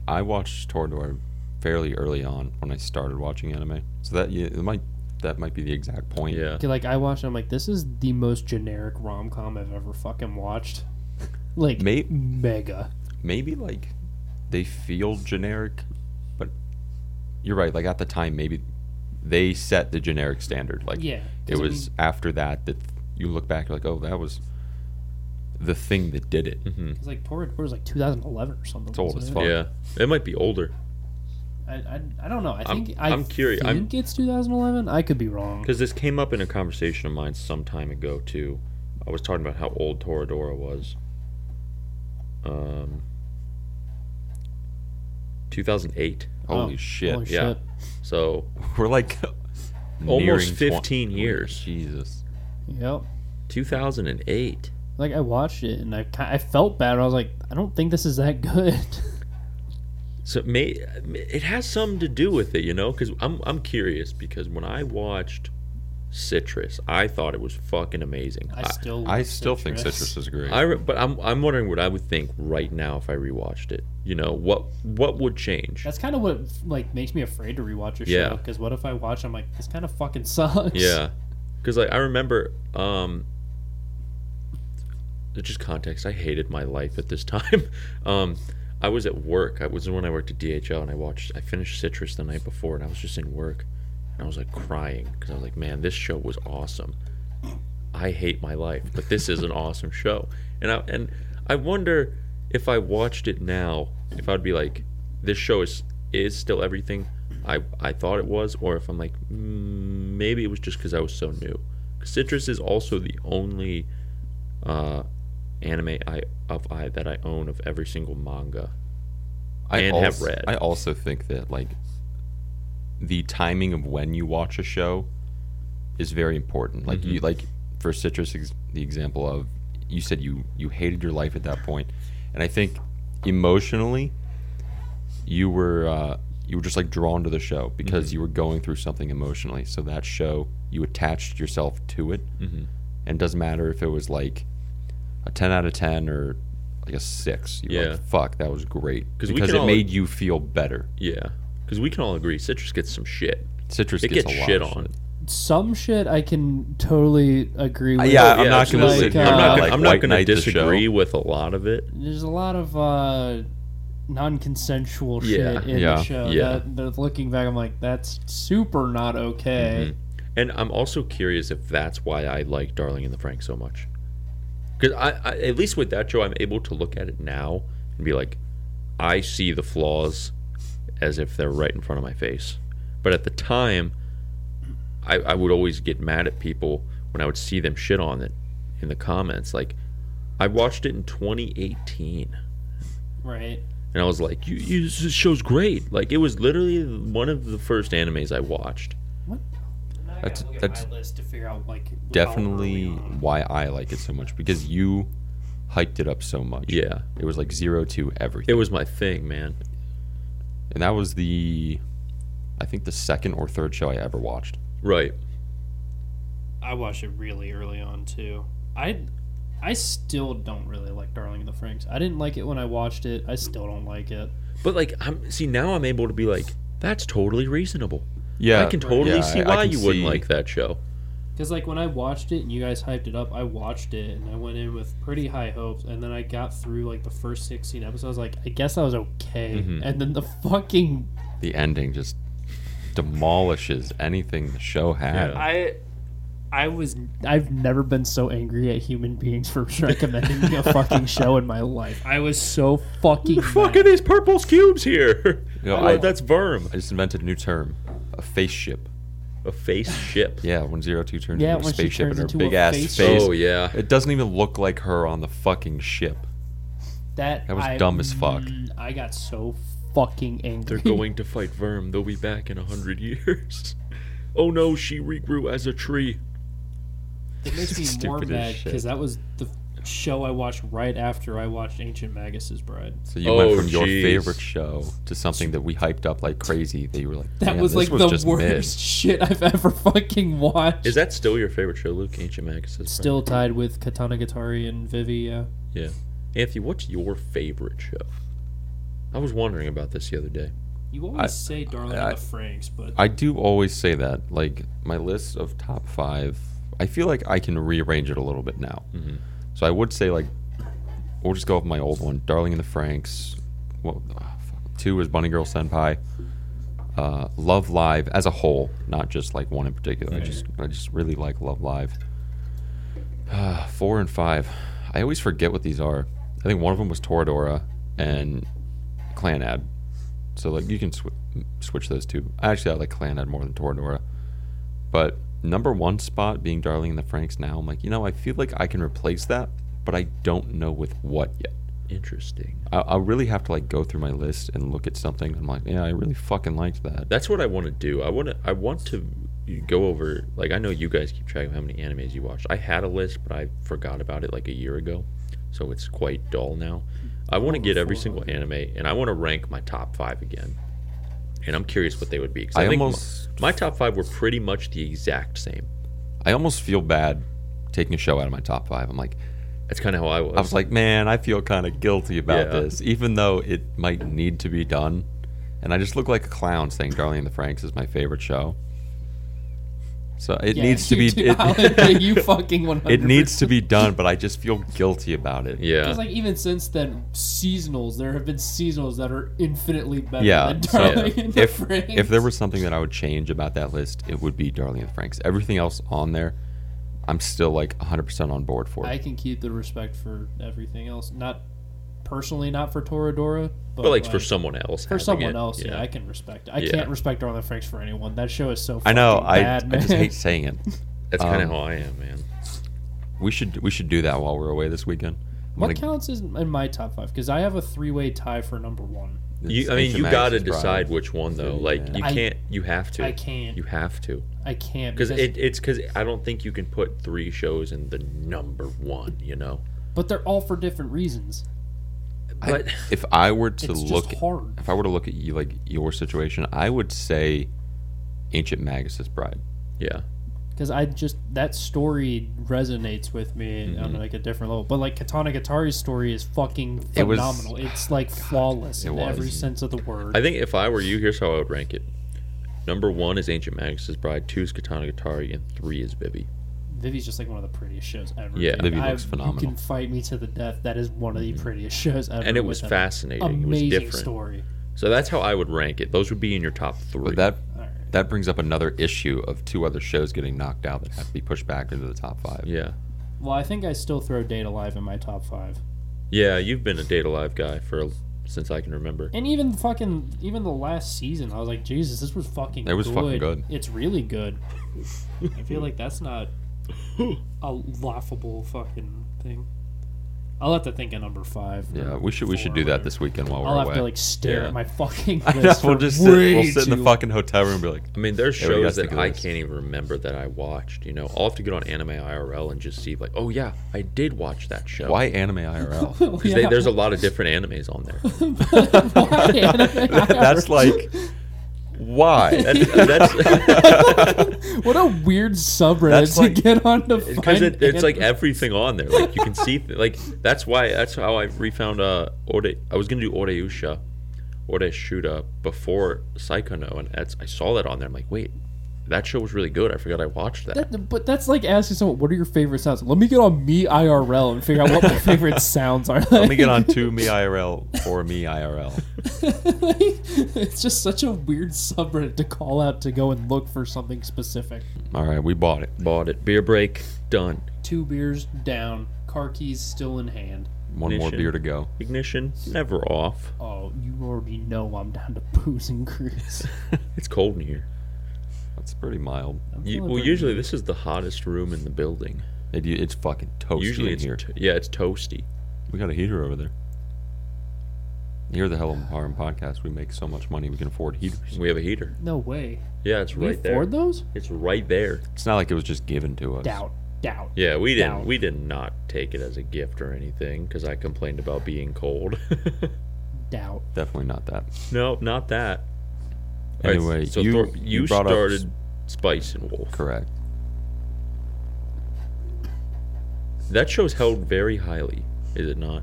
D: I watched Toradora fairly early on when I started watching anime. So that yeah, it might that might be the exact point.
C: yeah.
B: 'Cause, Like I watched, it, I'm like, this is the most generic rom com I've ever fucking watched. like
D: May-
B: mega.
D: Maybe like they feel generic, but you're right. Like at the time, maybe they set the generic standard. Like
B: Yeah, 'cause,
D: it
B: I
D: was after that that you look back, you're like, oh, that was the thing that did it.
C: hmm
B: It's like Toradora was like 2011 or something.
D: It's old
B: wasn't
D: as
B: it?
D: fuck.
C: Yeah. It might be older
B: I, I, I don't know. I
C: I'm-
B: think I
C: I'm curious. I'm-
B: think it's 2011. I could be wrong.
C: because this came up in a conversation of mine some time ago too. I was talking about how old Toradora was. Um. 2008.
D: Holy
B: Oh,
D: shit!
B: holy
C: yeah. So
D: We're like nearing
C: almost
D: twen-
C: 15 years.
D: Jesus.
B: Yep.
C: 2008.
B: Like I watched it and I ki- I felt bad. I was like, I don't think this is that good.
C: So it may it has something to do with it, you know? Because I'm I'm curious because when I watched Citrus, I thought it was fucking amazing.
B: I still
D: I
B: love
D: still think citrus is great.
C: I re- but I'm I'm wondering what I would think right now if I rewatched it. You know what what would change?
B: That's kind of what like makes me afraid to rewatch a show
C: Yeah.
B: because what if I watch? I'm like, this kind of fucking sucks.
C: Yeah, because like I remember, um, just context. I hated my life at this time. Um, I was at work. I was when I worked at DHL, and I watched. I finished Citrus the night before, and I was just in work, and I was like crying because I was like, man, this show was awesome. I hate my life, but this is an awesome show, and I and I wonder if I watched it now, if I'd be like, this show is is still everything I I thought it was, or if I'm like, mm, maybe it was just because I was so new. 'Cause Citrus is also the only uh, anime I of I that I own of every single manga.
D: I
C: and have
D: als-
C: read.
D: I also think that like the timing of when you watch a show is very important. Like
C: Mm-hmm.
D: you like for citrus ex- the example of you said you you hated your life at that point, and I think emotionally you were uh, you were just like drawn to the show because
C: Mm-hmm.
D: you were going through something emotionally. So that show you attached yourself to it,
C: Mm-hmm.
D: and it doesn't matter if it was like a ten out of ten or like a six. You were
C: Yeah.
D: like, fuck, that was great
C: 'Cause we
D: because
C: can
D: it
C: all-
D: made you feel better.
C: Yeah, because we can all agree Citrus gets some shit.
D: Citrus
C: It
D: gets,
C: gets
D: a lot
C: shit
D: of
C: on.
B: Some shit I can totally agree with.
D: Uh, yeah,
C: Yeah,
D: I'm not gonna
C: absolutely.
D: sit here
C: I'm
D: and,
C: not gonna,
D: like,
C: I'm not
D: white
C: gonna
D: knight the show.
C: disagree with a lot of it.
B: There's a lot of uh, non-consensual
C: Yeah,
B: shit in
D: yeah,
B: the show.
C: yeah.
B: That, that looking back, I'm like, that's super not okay.
C: And I'm also curious if that's why I like Darling in the Frank so much. Because I, I, at least with that show, I'm able to look at it now and be like, I see the flaws as if they're right in front of my face. But at the time, I, I would always get mad at people when I would see them shit on it in the comments. Like, I watched it in 2018
D: Mm-hmm.
B: Right.
C: and I was like, you, you, this show's great. Like, it was literally one of the first animes I watched.
D: That's- look at that's my
B: list to figure out like
D: Definitely why I like it so much because you hyped it up so much.
C: Yeah.
D: It was like zero to everything.
C: It was my thing, man.
D: and that was the I think the second or third show I ever watched.
C: Right.
B: I watched it really early on too. I I still don't really like Darling in the Franks. I didn't like it when I watched it. I still don't like it.
C: But like, I'm see now I'm able to be like, that's totally reasonable.
D: Yeah.
C: I can totally
D: yeah,
C: see
D: I- I
C: why
D: can
C: you wouldn't
D: see-
C: like that show.
B: Because like when I watched it and you guys hyped it up, I watched it and I went in with pretty high hopes, and then I got through like the first sixteen episodes. Like I guess I was okay, and then the fucking
D: the ending just demolishes anything the show had.
C: Yeah.
B: I I was I've never been so angry at human beings for recommending me a fucking show in my life. I was so fucking
C: Fuck are
B: mad.
C: these purple cubes here?
D: You know,
C: Oh,
D: I-
C: that's Verm.
D: I just invented a new term, a face ship.
C: A face ship.
D: Yeah, when Zero Two turns
B: Yeah,
D: into a
B: when she
D: spaceship and
B: turns
D: her
B: into a
D: big ass
B: face
D: face.
B: ship.
C: Oh yeah.
D: It doesn't even look like her on the fucking ship.
B: That
D: That was
B: I-
D: dumb as fuck.
B: mm, I got so fucking
C: They're
B: angry.
C: going to fight Verm. They'll be back in a hundred years. Oh no, she regrew as a tree.
B: It makes me more
D: Stupid as
B: mad
D: shit.
B: because that was the show I watched right after I watched Ancient Magus's Bride.
D: So you
C: Oh,
D: went from your
C: jeez.
D: favorite show to something that we hyped up like crazy. That you were like,
B: That
D: "Man,
B: was
D: this
B: like the
D: just
B: worst
D: mid."
B: shit I've ever fucking watched.
C: Is that still your favorite show, Luke? Ancient Magus? is
B: Still tied with Katana Gatari and Vivi. Yeah.
C: right. Yeah. Anthony, what's your favorite show? I was wondering about this the other day.
B: You always
D: I-
B: say Darling
D: I-
B: of the Franks, but
D: I do always say that. Like my list of top five, I feel like I can rearrange it a little bit now. So I would say like, we'll just go with my old one, Darling in the Franks. Well, ah, fuck. two is Bunny Girl Senpai. Uh, Love Live as a whole, not just like one in particular. I just I just really like Love Live. Ah, four and five, I always forget what these are. I think one of them was Toradora and Clan Ad. So like you can sw- switch those two. Actually, I like Clan Ad more than Toradora. But number one spot being Darling in the Franks now, I'm like, you know, I feel like I can replace that, but I don't know with what yet.
C: Interesting.
D: I, I'll really have to like go through my list and look at something. I'm like, yeah, I really fucking liked that.
C: That's what I want to do. I want to. I want to go over. Like I know you guys keep track of how many animes you watch. I had a list, but I forgot about it like a year ago, so it's quite dull now. I want to get every single anime, and I want to rank my top five again. And I'm curious what they would be. 'cause I,
D: I
C: think my-
D: almost-
C: my, top five were pretty much the exact same.
D: I almost feel bad taking a show out of my top five. I'm like,
C: That's kind of how I was.
D: I was like, man, I feel kind of guilty about
C: Yeah.
D: this, even though it might need to be done. And I just look like a clown saying Darling in the Franks is my favorite show. So it
B: Yeah,
D: needs to
B: you
D: be
B: do. I'll
D: it,
B: admit you fucking one hundred.
D: it needs uh, to be done, but I just feel guilty about it.
C: yeah.
B: Because like even since then, seasonals there have been seasonals that are infinitely better
D: Yeah.
B: than
D: so
B: Darling in the
D: if
B: Franks.
D: if there was something that I would change about that list, it would be Darling in the Franks. Everything else on there, I'm still like 100% on board for.
B: I can keep the respect for everything else. Not personally, not for Toradora, but,
C: but like for someone else.
B: oh, for
C: having
B: someone
C: it,
B: else, yeah. I can respect. I
C: Yeah.
B: can't respect Darling in the Franks for anyone. That show is so.
D: I know.
B: fucking
D: I,
B: bad,
D: I just
B: man.
D: hate saying it.
C: That's kind of
D: Um,
C: how I am, man.
D: We should we should do that while we're away this weekend. I'm
B: What
D: gonna-
B: counts is in my top five? Because I have a three-way tie for number one.
D: it's
C: You, I mean,
D: Ancient
C: you
D: Magus'
C: got to
D: Bride.
C: decide which one though. Like you
B: I-
C: can't. You have to.
B: I can't.
C: You have to.
B: I can't
C: Because it, it's because I don't think you can put three shows in the number one, you know.
B: but they're all for different reasons.
D: I-
C: But
D: if I were to
B: it's
D: look,
B: just hard.
D: if I were to look at you like your situation, I would say Ancient Magus's Bride.
C: yeah,
B: because I just that story resonates with me
D: Mm-hmm.
B: on like a different level. But like Katana Gatari's story is fucking
D: It was-
B: phenomenal. it's like flawless
D: it
B: in
D: was.
B: every sense of the word.
C: I think if I were you, here's how I would rank it. Number one is Ancient Magus' Bride. Two is Katana Gatari, and three is Vivi.
B: Vivi's just like one of the prettiest shows ever.
C: Yeah.
B: dude.
D: Vivi
B: I-
D: looks phenomenal. Mm-hmm.
B: You can fight me to the death. That is one of the prettiest shows ever.
C: And it was
B: with an
C: fascinating.
B: Amazing
C: it was different.
B: story.
C: So that's how I would rank it. Those would be in your top three.
D: But that
B: All right.
D: that brings up another issue of two other shows getting knocked out that have to be pushed back into the top five.
C: yeah,
B: Well, I think I still throw Data Live in my top five.
C: yeah. You've been a Date Alive guy for a- since I can remember.
B: And even fucking even the last season, I was like, Jesus, this was fucking.
D: It was
B: good.
D: fucking good.
B: It's really good. I feel like that's not a laughable fucking thing. I'll have to think of number five. or
D: Yeah, we should we should do
B: four or
D: that this weekend while we're
B: whatever. I'll
D: away.
B: have to like stare
C: Yeah.
B: at my fucking
D: I
B: list.
D: know,
B: for
D: we'll just sit, we'll
B: way
D: sit in the
B: too-
D: fucking hotel room and be like,
C: I mean, there's
D: Yeah, what do you
C: shows
D: guys think
C: that
D: of
C: I
D: this?
C: can't even remember that I watched. You know, I'll have to get on Anime IRL and just see, like, oh yeah, I did watch that show.
D: why anime IRL?
B: Oh,
C: 'Cause they-
B: yeah.
C: there's a lot of different animes on there.
D: That's like, why?
C: That's, that's
B: what a weird subreddit
D: That's
B: to
D: like-
B: get on to find.
C: because it, it's like
B: anime.
C: everything on there. Like you can see, th- like that's why that's how I refound uh Ode. I was gonna do Oreusha, Oreshuda before Psychono, and that's I saw that on there. I'm like, wait, That show was really good. I forgot I watched that.
B: That, but that's like asking someone, "What are your favorite sounds?" Let me get on me IRL and figure out what my favorite sounds are.
D: Let me get on to me IRL or me IRL.
B: it's just such a weird subreddit to call out to go and look for something specific.
D: All right, we bought it.
C: Bought it. Beer break. Done.
B: Two beers down, car keys still in hand.
D: One more
C: Nation.
D: beer to go.
C: Ignition. Never off.
B: Oh, you already know I'm down to booze and cruise.
C: It's cold in here.
D: That's pretty mild.
B: I'm
C: You,
B: feeling
C: well,
B: pretty-
C: usually this is the hottest room in the building.
D: It, it's fucking toasty
C: Usually
D: in
C: it's
D: here.
C: to- yeah, it's toasty.
D: we got a heater over there. Here, the Hello Harm podcast, we make so much money we can afford heaters.
C: We have a heater.
B: no way.
C: Yeah, it's
B: We
C: right there.
B: afford those?
C: It's right there.
D: It's not like it was just given to us.
B: Doubt, doubt.
C: Yeah, we didn't.
B: Down.
C: We did not take it as a gift or anything because I complained about being cold.
B: doubt.
D: Definitely not that.
C: no, not that. All right,
D: Anyway,
C: so
D: you,
C: Thor-
D: you
C: you
D: brought up-
C: started Spice and Wolf.
D: correct.
C: That show's held very highly, is it not?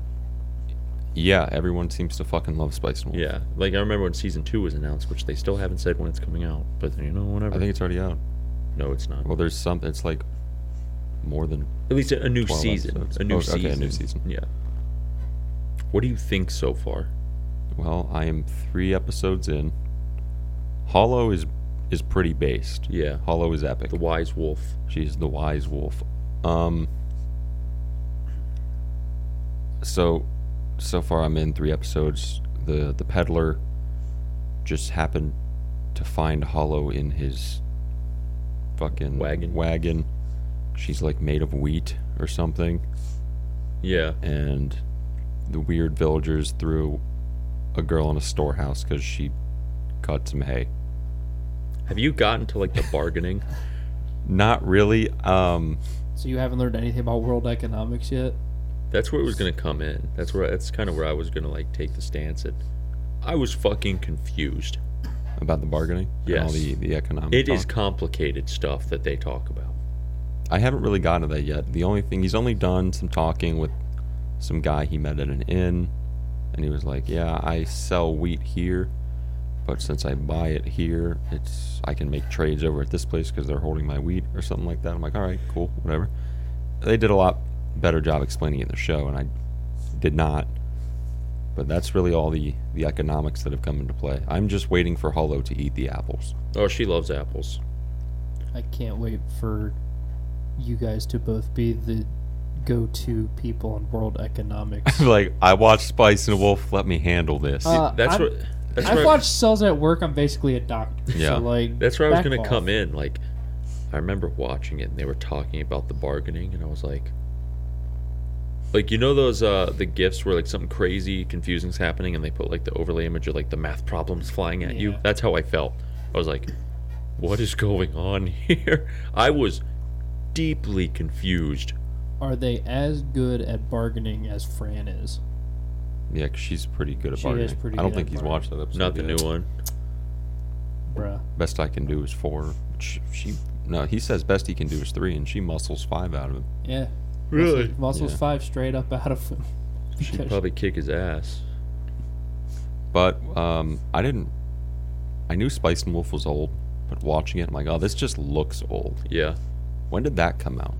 D: Yeah, everyone seems to fucking love Spice and Wolf.
C: Yeah. Like I remember when season two was announced, which they still haven't said when it's coming out. But you know, whatever.
D: I think it's already out.
C: no, it's not.
D: Well, there's some. It's like more than
C: At least a, a new
D: 12
C: season.
D: episodes.
C: A new
D: Oh,
C: season.
D: okay, a new season.
C: Yeah. What do you think so far?
D: Well, I am three episodes in. Hollow is is pretty based.
C: Yeah.
D: Hollow is epic.
C: The Wise Wolf.
D: She's the wise wolf. Um. So, so far I'm in three episodes. The the peddler just happened to find Hollow in his fucking
C: Wagon.
D: Wagon. She's like made of wheat or something
C: Yeah.
D: and the weird villagers threw a girl in a storehouse because she cut some hay.
C: Have you gotten to like the bargaining?
D: Not really. Um,
B: So you haven't learned anything about world economics yet?
C: That's where it was gonna come in. That's where that's kind of where I was gonna like take the stance. That I was fucking confused.
D: about the bargaining. and all
C: Yes.
D: the the economic.
C: It is
D: talk.
C: complicated stuff that they talk about.
D: I haven't really gotten to that yet. The only thing he's only done some talking with some guy he met at an inn, and he was like, "Yeah, I sell wheat here." But since I buy it here, it's I can make trades over at this place because they're holding my wheat or something like that. I'm like, all right, cool, whatever. They did a lot better job explaining it in the show, and I did not. But that's really all the the economics that have come into play. I'm just waiting for Hollow to eat the apples.
C: Oh, she loves apples.
B: I can't wait for you guys to both be the go-to people on world economics.
D: like I watched Spice and Wolf. Let me handle this.
B: Uh,
C: That's
B: I'm-
C: what. That's
B: I've
C: where,
B: watched Cells at Work. I'm basically a doctor.
D: Yeah.
B: So like
C: That's where I was
B: back
C: gonna
B: off.
C: come in. Like, I remember watching it, and they were talking about the bargaining, and I was like, like you know those uh the gifts where like something crazy, confusing's happening, and they put like the overlay image of like the math problems flying at you.
B: Yeah.
C: That's how I felt. I was like, what is going on here? I was deeply confused.
B: Are they as good at bargaining as Fran is?
D: Yeah, 'cause she's pretty good at
B: She is
D: bargaining.
B: pretty
D: I don't
B: good
D: think
B: at
D: he's
B: bargaining.
D: watched that episode.
C: Not the
D: yet.
C: new one.
B: Bruh.
D: Best I can do is four. She, she no, he says best he can do is three, and she muscles five out of him.
B: Yeah.
C: Really?
B: Muscles, muscles
D: Yeah.
B: five straight up out of him.
C: She'd probably kick his ass.
D: But um, I didn't. I knew Spice and Wolf was old, but watching it, I'm like, oh, this just looks old.
C: Yeah.
D: When did that come out?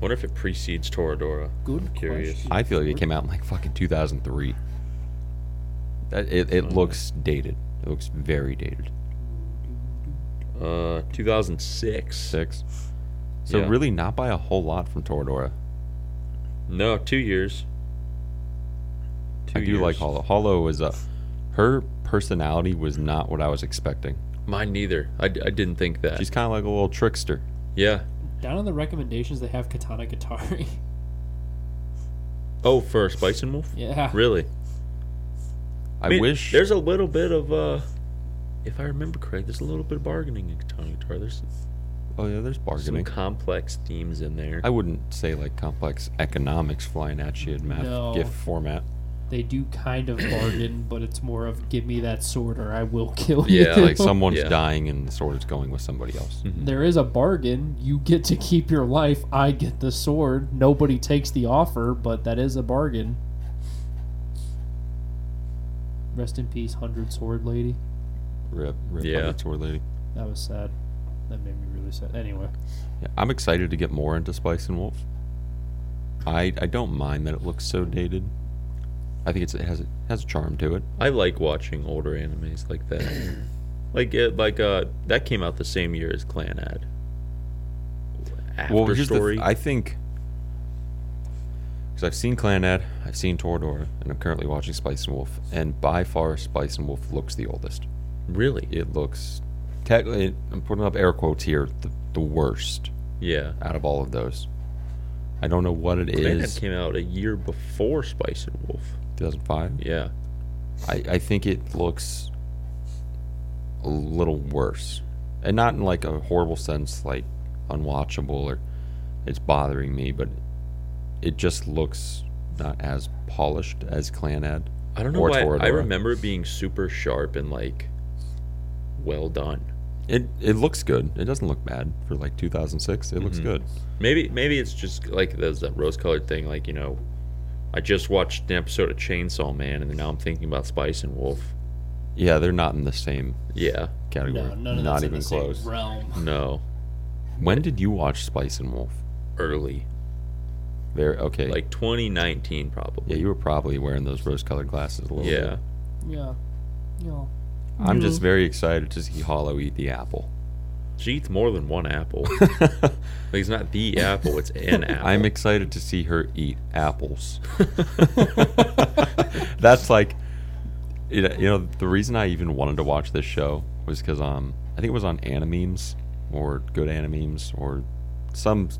C: Wonder if it precedes Toradora.
B: Good
C: curious.
B: question.
D: I feel like it came out in like fucking 2003. That it,
C: Mm.
D: it looks dated. It looks very dated.
C: Uh, 2006.
D: Six. So
C: Yeah.
D: really, not by a whole lot from Toradora.
C: No, two years.
D: I do like Hollow. Hollow was a her personality was not what I was expecting.
C: Mine neither. I, d- I didn't think that.
D: She's kind of like a little trickster.
C: yeah.
B: Down in the recommendations, they have Katana Katari.
C: Oh, for Spice and Wolf?
B: yeah.
C: Really?
D: I
C: mean,
D: wish
C: There's a little bit of, uh, if I remember correct, there's a little bit of bargaining in Katana Guitar. There's
D: Oh yeah, there's bargaining.
C: some complex themes in there.
D: I wouldn't say like complex economics flying at you in math
B: No.
D: gift format.
B: They do kind of bargain, but it's more of give me that sword or I will kill you.
C: Yeah,
D: Like someone's
C: Yeah. Hmm.
D: dying and the sword is going with somebody else.
B: There is a bargain. You get to keep your life. I get the sword. Nobody takes the offer, but that is a bargain. Rest in peace, hundred sword lady.
D: Rip, rip,
C: Yeah.
D: yeah. tour lady.
B: That was sad. That made me really sad. Anyway,
D: Yeah, I'm excited to get more into Spice and Wolf. I I don't mind that it looks so dated. I think it's, it has it has a charm to it.
C: I like watching older animes like that. like it, like uh that came out the same year as Clan Ad. After
D: well, here's
C: story.
D: the th- I think because I've seen Clanad, I've seen Toradora, and I'm currently watching Spice and Wolf. And by far, Spice and Wolf looks the oldest.
C: really?
D: It looks technically. I'm putting up air quotes here. The, the worst
C: Yeah.
D: out of all of those. I don't know what it is.
C: Clan Ad came out a year before Spice and Wolf.
D: 2005.
C: Yeah.
D: I, I think it looks a little worse. And not in like a horrible sense, like unwatchable or it's bothering me, but it just looks not as polished as Clan Ad.
C: I don't know
D: Or
C: why. I
D: Toradora.
C: remember it being super sharp and like well done.
D: It it looks good. It doesn't look bad for like 2006. It looks
C: Mm-hmm.
D: good.
C: Maybe maybe it's just like there's that rose colored thing. Like you know, I just watched an episode of Chainsaw Man, and now I'm thinking about Spice and Wolf.
D: Yeah, they're not in the same
C: Yeah.
D: category.
B: no, none of
D: not
B: that's
D: even
B: in the
D: close.
B: same realm.
C: No.
D: When did you watch Spice and Wolf?
C: Early.
D: Very okay.
C: Like 2019
D: yeah,
C: probably.
D: you were probably wearing those rose-colored glasses a little. bit.
C: Yeah.
B: Yeah, yeah.
D: I'm just
B: Mm-hmm.
D: very excited to see Hollow eat the apple.
C: She eats more than one apple. like it's not the apple, it's an apple.
D: I'm excited to see her eat apples. That's like, you know- you know, the reason I even wanted to watch this show was because um, I think it was on Animemes or Good Animemes or some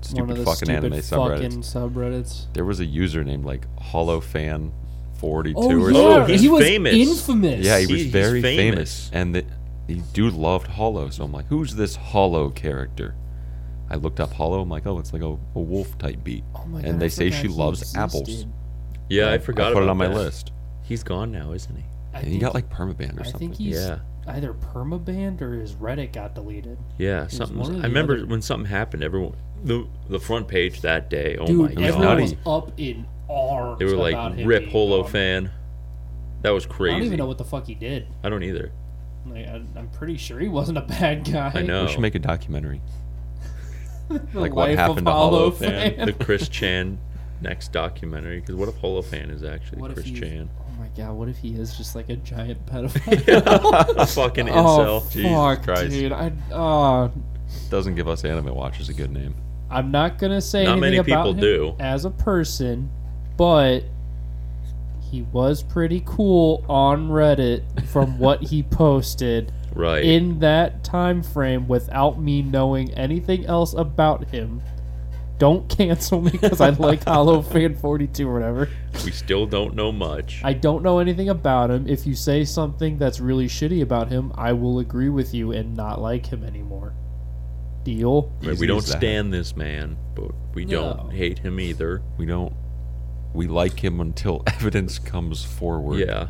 D: stupid
B: One of the
D: fucking
B: stupid
D: anime
B: fucking
D: subreddits.
B: subreddits.
D: There was a user named like HoloFan42 or
B: Oh, yeah,
D: something.
C: he's
B: he was
C: famous.
B: infamous.
D: Yeah, he was
C: He- he's
D: very
C: famous.
D: famous. and the, the dude loved Hollow. So I'm like, who's this Hollow character? I looked up Hollow. I'm like, oh, it's like a, a wolf type beat,
B: Oh my God,
D: and
B: I
D: they say
B: forgot
D: she
B: he
D: loves apples.
B: existed.
C: yeah, I
D: And
C: forgot
D: I put
C: about
D: it on my
C: that.
D: list,
C: He's gone now, isn't he?
B: I
D: and he
B: think
D: got like permaban or
B: I
D: something.
B: think he's
C: Yeah.
B: either permabanned or his Reddit got deleted.
C: Yeah, something was-
B: one or
C: I
B: the
C: remember
B: other.
C: when something happened, everyone the the front page that day. Oh
B: Dude,
C: my
B: everyone
C: god.
D: nutty.
B: was up in arms.
C: They were
B: about
C: like
B: him
C: rip
B: being
C: holo
B: gone.
C: fan. That was
B: I
C: crazy.
B: don't even know what the fuck he did.
C: I don't either.
B: Like, I, I'm pretty sure he wasn't a bad guy.
C: I know.
D: We should make a documentary.
B: The
D: like what
B: life
D: happened to
B: of Hollow
D: Holofan.
B: Fan.
C: the Chris Chan next documentary because what if Holofan is actually
B: What if
C: Chris
B: he's-
C: Chan?
B: Oh my god, what if he is just like a giant pedophile?
C: A fucking
B: oh,
C: incel.
D: Jesus
B: fuck,
D: Christ.
B: dude. I, uh,
D: Doesn't give us anime watchers a good name.
B: I'm not gonna say
C: Not
B: anything
C: many
B: about
C: people
B: him
C: do.
B: as a person, but he was pretty cool on Reddit from what he posted
C: Right.
B: in that time frame without me knowing anything else about him. Don't cancel me because I like Hollow Fan 42 or whatever.
C: we still don't know much.
B: I don't know anything about him. If you say something that's really shitty about him, I will agree with you and not like him anymore. Deal?
C: Right,
D: Easy
C: we don't
D: as that.
C: stand this man, but we
B: No.
C: don't hate him either.
D: We don't. We like him until evidence comes forward.
C: Yeah.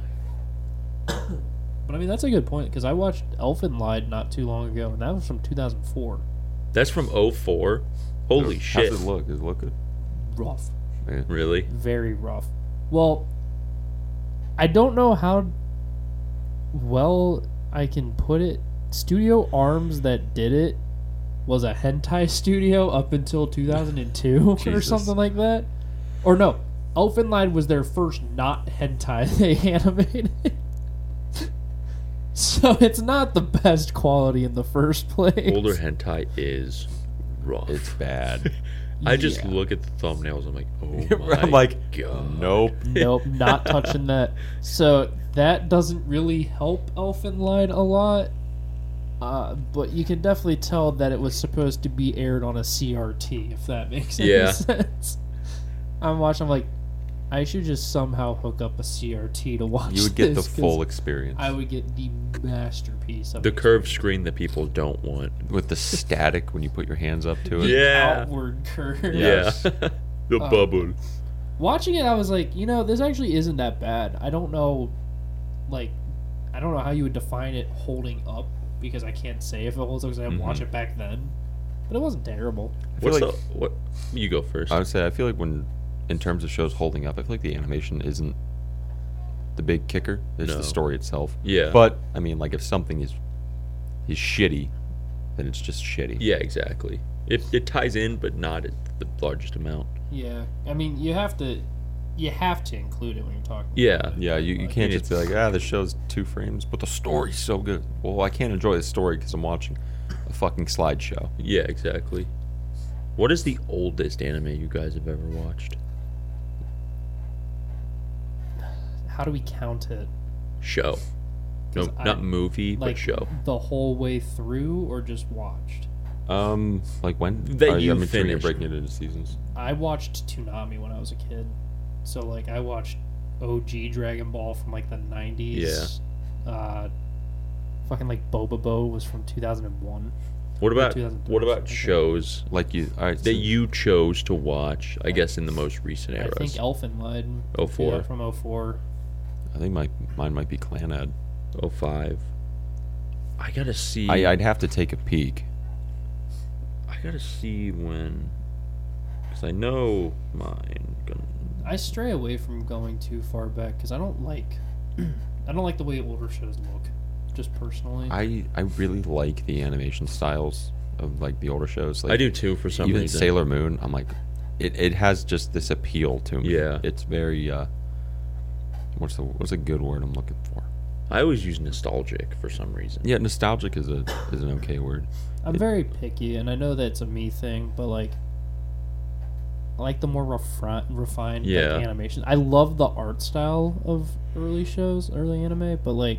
B: But I mean, that's a good point because I watched Elfin Lied not too long ago, and that was from 2004.
C: That's from 04. Holy
D: How's
C: shit.
D: it look? Does it look good?
B: Rough.
D: Yeah.
C: Really?
B: Very rough. Well, I don't know how well I can put it. Studio Arms that did it was a hentai studio up until 2002 or
D: Jesus.
B: something like that. Or no, Elfin Lied was their first not hentai they animated. so it's not the best quality in the first place.
C: Older hentai is rough.
D: It's bad.
C: I just
B: Yeah.
C: look at the thumbnails. I'm like, oh my
D: I'm like,
C: god.
D: nope.
B: nope, not touching that. So that doesn't really help Elfinline a lot. Uh, but you can definitely tell that it was supposed to be aired on a CRT, if that makes any
C: Yeah.
B: sense. I'm watching. I'm like, I should just somehow hook up a CRT to watch.
D: You would get the
B: this, 'cause
D: full experience
B: I would get the masterpiece of
C: The
B: it.
C: curved screen that people don't want.
D: with the static when you put your hands up to it.
C: Yeah.
B: outward curve.
C: Yeah.
D: Yes.
C: the
B: Oh.
C: bubble.
B: watching it, I was like, you know, this actually isn't that bad. I don't know, like, I don't know how you would define it holding up because I can't say if it holds up because I didn't
C: Mm-hmm.
B: watch it back then. But it wasn't terrible.
D: feel
C: What's
D: like-
C: the, what? You go first.
D: I would say I feel like when, in terms of shows holding up, I feel like the animation isn't the big kicker. It's
C: No.
D: the story itself.
C: Yeah.
D: But I mean, like if something is is shitty, then it's just shitty.
C: Yeah, exactly. It, it ties in, but not at the largest amount.
B: Yeah, I mean, you have to, you have to include it when you're talking.
C: Yeah.
D: Yeah, you, you can't just be
C: it's-
D: like, ah, the show's two frames, but the story's so good. Well, I can't enjoy the story because I'm watching a fucking slideshow.
C: Yeah, exactly. What is the oldest anime you guys have ever watched?
B: How do we count it?
C: Show. No,
B: 'Cause I-
C: not movie, but show.
B: the whole way through, or just watched?
D: Um, like when?
C: That
D: Or,
C: you
D: I mean, sure you're
C: finished.
D: breaking it into seasons.
B: I watched Toonami when I was a kid, so like I watched OG Dragon Ball from like the '90s. Yeah. Uh, fucking like Boba Bo was from 2001.
C: What about
B: 2003
C: what
B: or
C: about
B: something.
C: shows
D: Like you, all right.
C: that
D: so-
C: you chose to watch? I guess in the most recent
B: I think
C: eras.
B: Elfenlied.
C: Oh four,
B: Yeah, from 04.
D: I think my mine might be Clan Ed.
C: oh five. I gotta see.
D: I, I'd have to take a peek.
C: I gotta see when, because I know mine. Gonna,
B: I stray away from going too far back because I don't like, I don't like the way older shows look, just personally.
D: I I really like the animation styles of like the older shows. Like
C: I do too for some
D: even
C: reason.
D: Sailor Moon. I'm like, it, it has just this appeal to me.
C: Yeah.
D: it's very. uh What's the what's a good word I'm looking for?
C: I always use nostalgic for some reason.
D: Yeah, nostalgic is a is an okay word.
B: I'm very picky, and I know that's a me thing, but like, I like the more refri- refined like,
C: Yeah.
B: animation. I love the art style of early shows, early anime, but like,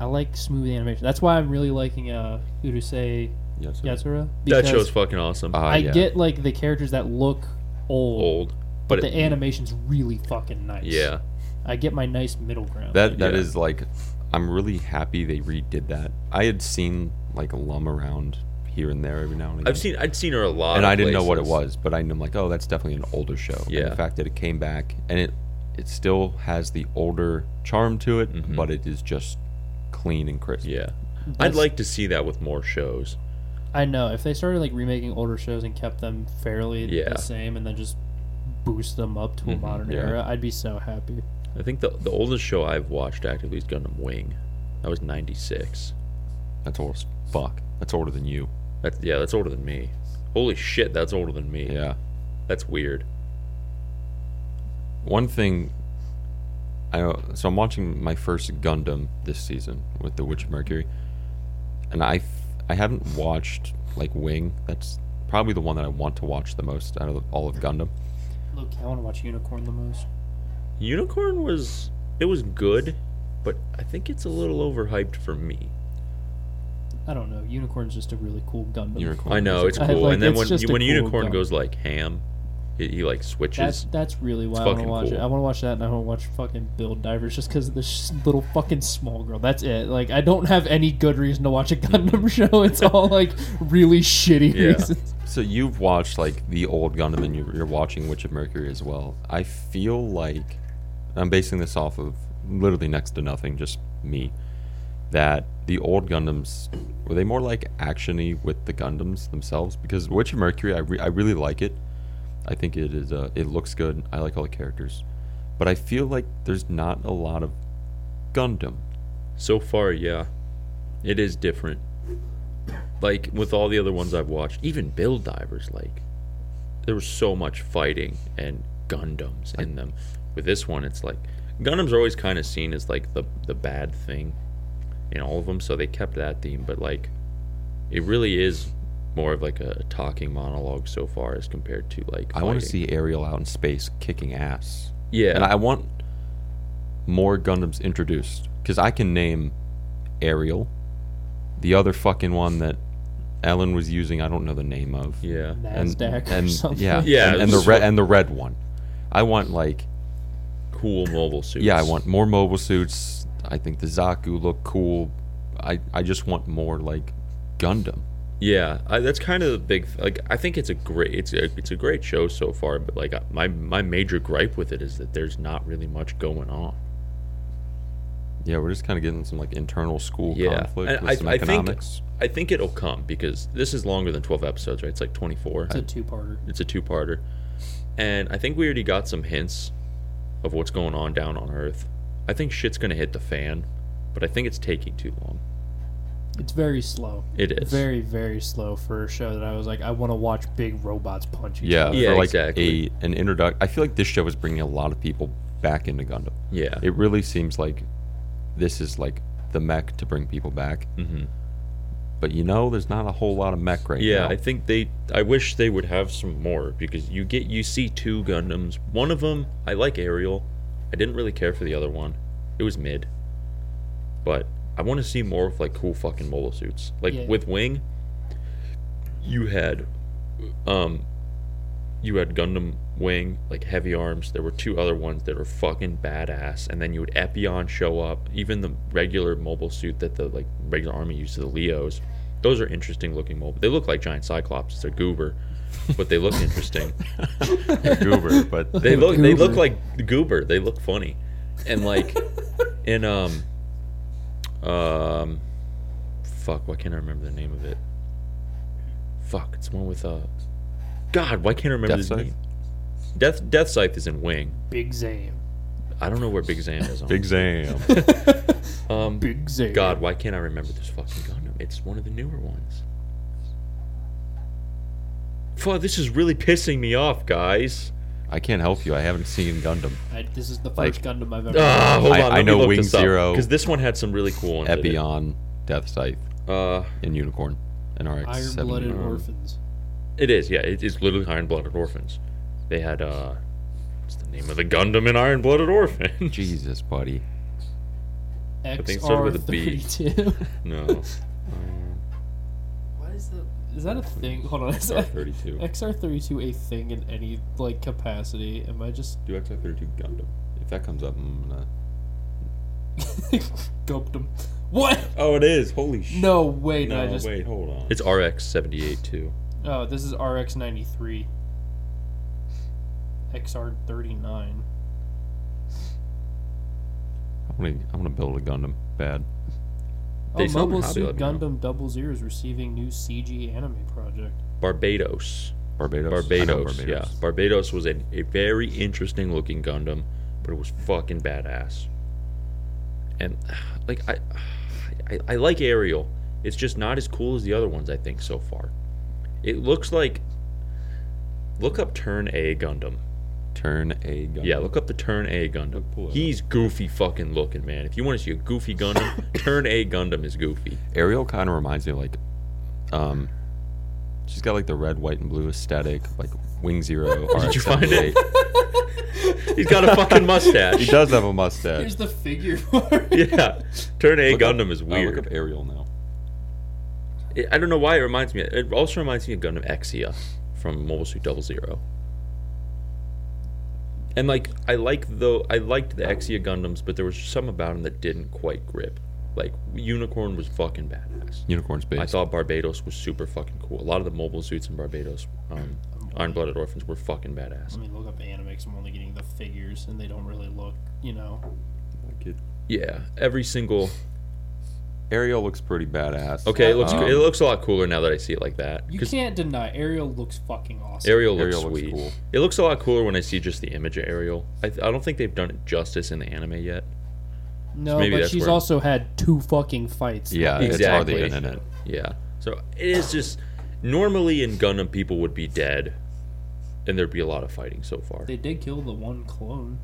B: I like smooth animation. That's why I'm really liking uh, Urusei
D: Yes. it is.
B: Yatsura.
C: that
B: because
C: show's fucking awesome.
D: Ah,
B: I
D: yeah.
B: get like the characters that look old,
C: Old,
B: but
C: but
B: the
C: it-
B: animation's really fucking nice.
C: yeah,
B: I get my nice middle ground.
D: That that
C: Yeah.
D: is like, I'm really happy they redid that. I had seen like Lum around here and there every now and again.
C: I've seen I'd seen her a lot,
D: and
C: of
D: I didn't know what it
C: places.
D: was, but I knew I'm like, oh, that's definitely an older show. And
C: Yeah.
D: the fact that it came back and it it still has the older charm to it,
C: Mhm.
D: but it is just clean and crisp.
C: Yeah, I'd
B: That's-
C: like to see that with more shows.
B: I know. If they started like remaking older shows and kept them fairly
C: Yeah.
B: the same and then just boost them up to a
C: Mhm,
B: modern
D: yeah.
B: era, I'd be so happy.
C: I think the the oldest show I've watched actively is Gundam Wing. That was '96.
D: That's old as fuck. That's older than you.
C: That's yeah, that's older than me. Holy shit, that's older than me.
D: Yeah.
C: that's weird.
D: One thing. I so I'm watching my first Gundam this season with the Witch of Mercury, and I f- I haven't watched like Wing. That's probably the one that I want to watch the most out of all of Gundam.
B: Look, I want to watch Unicorn the most.
C: Unicorn was it was good, but I think it's a little overhyped for me.
B: I don't know. Unicorn's just a really cool Gundam.
D: Unicorn.
C: I know it's
B: I
C: cool,
B: like-
C: and then
B: it's
C: when
B: just a
C: when
B: cool
C: Unicorn
B: gum.
C: goes like ham, he, he like
B: That's
C: switches.
B: that's really why I want to
C: fucking
B: watch
C: cool.
B: it. I want to watch that, and I want to watch fucking Build Divers just because of this sh- little fucking small girl. That's it. Like I don't have any good reason to watch a Gundam show. It's all like really shitty
C: Yeah.
B: reasons.
D: So you've watched like the old Gundam, and you're, you're watching Witch of Mercury as well. I feel like I'm basing this off of literally next to nothing, just me. That the old Gundams were they more like actiony with the Gundams themselves? Because Witch of Mercury, I, re- I really like it. I think it is. Uh, it looks good. I like all the characters, but I feel like there's not a lot of Gundam.
C: So far, yeah, it is different. Like with all the other ones I've watched, even Build Divers, like there was so much fighting and Gundams in them. With this one, it's like Gundams are always kind of seen as like the the bad thing in all of them, so they kept that theme. But like, it really is more of like a talking monologue so far as compared to like.
D: I want to
C: fighting.
D: see Ariel out in space kicking ass.
C: Yeah,
D: And I want more Gundams introduced because I can name Ariel, the other fucking one that Ellen was using. I don't know the name of.
C: yeah.
D: And,
B: Nasdaq or
D: and-
B: something.
D: yeah,
C: Yeah,
D: and, and the
C: just-
D: red and the red one. I want like
C: Cool mobile suits.
D: yeah, I want more mobile suits. I think the Zaku look cool. I I just want more like Gundam.
C: Yeah, I, that's kind of the big like. I think it's a great it's a, it's a great show so far, but like my my major gripe with it is that there's not really much going on.
D: Yeah, we're just kind of getting some like internal school
C: Yeah,
D: conflict
C: and
D: with
C: I-
D: some
C: I think-
D: economics.
C: I think it'll come because this is longer than twelve episodes, right? It's like twenty four.
B: It's a two-parter.
C: It's a two parter, and I think we already got some hints of what's going on down on Earth. I think shit's gonna hit the fan, but I think it's taking too long.
B: It's very slow.
C: It is.
B: Very, very slow for a show that I was like, I want to watch big robots punch each
D: Yeah,
B: other.
C: Yeah,
D: for like
C: exactly.
D: a an introduction. I feel like this show is bringing a lot of people back into Gundam.
C: Yeah.
D: It really seems like this is like the mech to bring people back. Mm-hmm. But you know, there's not a whole lot of mech right
C: yeah,
D: now.
C: I think they. I wish they would have some more because you get you see two Gundams. One of them I like Ariel. I didn't really care for the other one. It was mid. But I want to see more of like cool fucking mobile suits. Like
B: Yeah.
C: with Wing, you had, um, you had Gundam Wing like heavy arms. There were two other ones that were fucking badass, and then you had Epion show up. Even the regular mobile suit that the like regular army used to the Leos. Those are interesting looking mobile. They look like giant cyclops. They're goober, but they look interesting.
D: Goober, but
C: They look they look
B: Goober.
C: like goober. They look funny, and like in um um fuck. Why can't I remember the name of it? Fuck. It's one with uh. God, why can't I remember
D: Death
C: his
D: Scythe?
C: name? Death Death Scythe is in Wing.
B: Big Zam.
C: I don't know where Big Zam is on.
D: Big Zam.
C: um,
B: Big Zam.
C: God, why can't I remember this fucking Gundam? It's one of the newer ones. Fuck, this is really pissing me off, guys.
D: I can't help you. I haven't seen Gundam.
B: I, this is the
D: Like-
B: first Gundam I've ever.
C: Ah, hold
D: I-
C: on.
D: I know Wing Zero.
C: because this one had some really cool ones. in it.
D: Epion, Death Scythe,
C: Uh,
D: and Unicorn, and RX
B: Iron
D: seven.
B: blooded orphans.
C: it is. Yeah, it is literally Iron Blooded Orphans. They had uh, what's the name of the Gundam in Iron Blooded Orphans?
D: Jesus, buddy.
B: XR32.
C: think it started with a B. No,
B: Why is that? Is that a thing? Hold on. Is
C: XR
B: that
C: thirty two.
B: XR32 a thing in any like capacity? Am I just
D: Do XI thirty two Gundam. If that comes up, I'm gonna.
B: gulped them? What?
D: Oh, it is. Holy shit.
B: No way! Did I just?
D: wait, hold on.
C: It's RX seventy eight too.
B: Oh, this is RX93. XR39.
D: I'm gonna, I'm gonna build a Gundam. Bad.
C: They
B: oh,
C: sell them
B: Mobile
C: in Hobby
B: Suit
C: Lobby now.
B: Gundam Double Zero is receiving new CG anime project.
C: Barbados.
D: Barbados. I know
C: Barbados, Yeah, Barbados was a, a very interesting looking Gundam, but it was fucking badass. And like I, I, I like Ariel. It's just not as cool as the other ones I think so far. It looks like. Look up Turn A Gundam.
D: Turn A Gundam.
C: Yeah, look up the Turn A Gundam.
D: Pull it up.
C: He's goofy fucking looking, man. If you want to see a goofy Gundam, Turn A Gundam is goofy.
D: Ariel kind of reminds me of like, um, she's got like the red, white, and blue aesthetic, like Wing Zero.
C: Did you find it? He's got a fucking
D: He
C: mustache.
D: does have a mustache.
B: Here's the figure for it.
C: Yeah, Turn A
D: Look up-
C: Gundam is
D: uh,
C: weird.
D: look up Ariel now.
C: It, I don't know why it reminds me. It also reminds me of Gundam Exia from Mobile Suit Double Zero. And like I like though I liked the Exia Gundams, but there was some about them that didn't quite grip. Like Unicorn was fucking badass.
D: Unicorn's base.
C: I thought Barbados was super fucking cool. A lot of the mobile suits in Barbados, um, Iron Blooded Orphans, were fucking
B: Let
C: badass.
B: me look up anime 'cause I'm only getting the figures and they don't really look, you know.
D: Like it-
C: Yeah, every single.
D: Ariel looks pretty badass.
C: Okay, it looks
D: Um,
C: it looks a lot cooler now that I see it like that.
B: You
C: 'Cause
B: can't deny Ariel looks fucking awesome.
C: Ariel looks
D: Ariel looks
C: sweet.
D: cool.
C: It looks a lot cooler when I see just the image of Ariel. I, I don't think they've done it justice in the anime yet.
B: no,
C: maybe
B: but
C: that's
B: she's
C: where-
B: also had two fucking fights.
D: Yeah, it's
C: Exactly.
D: hardly been in it.
C: Yeah. So it is just normally in Gundam people would be dead, and there'd be a lot of fighting so far.
B: They did kill the one clone.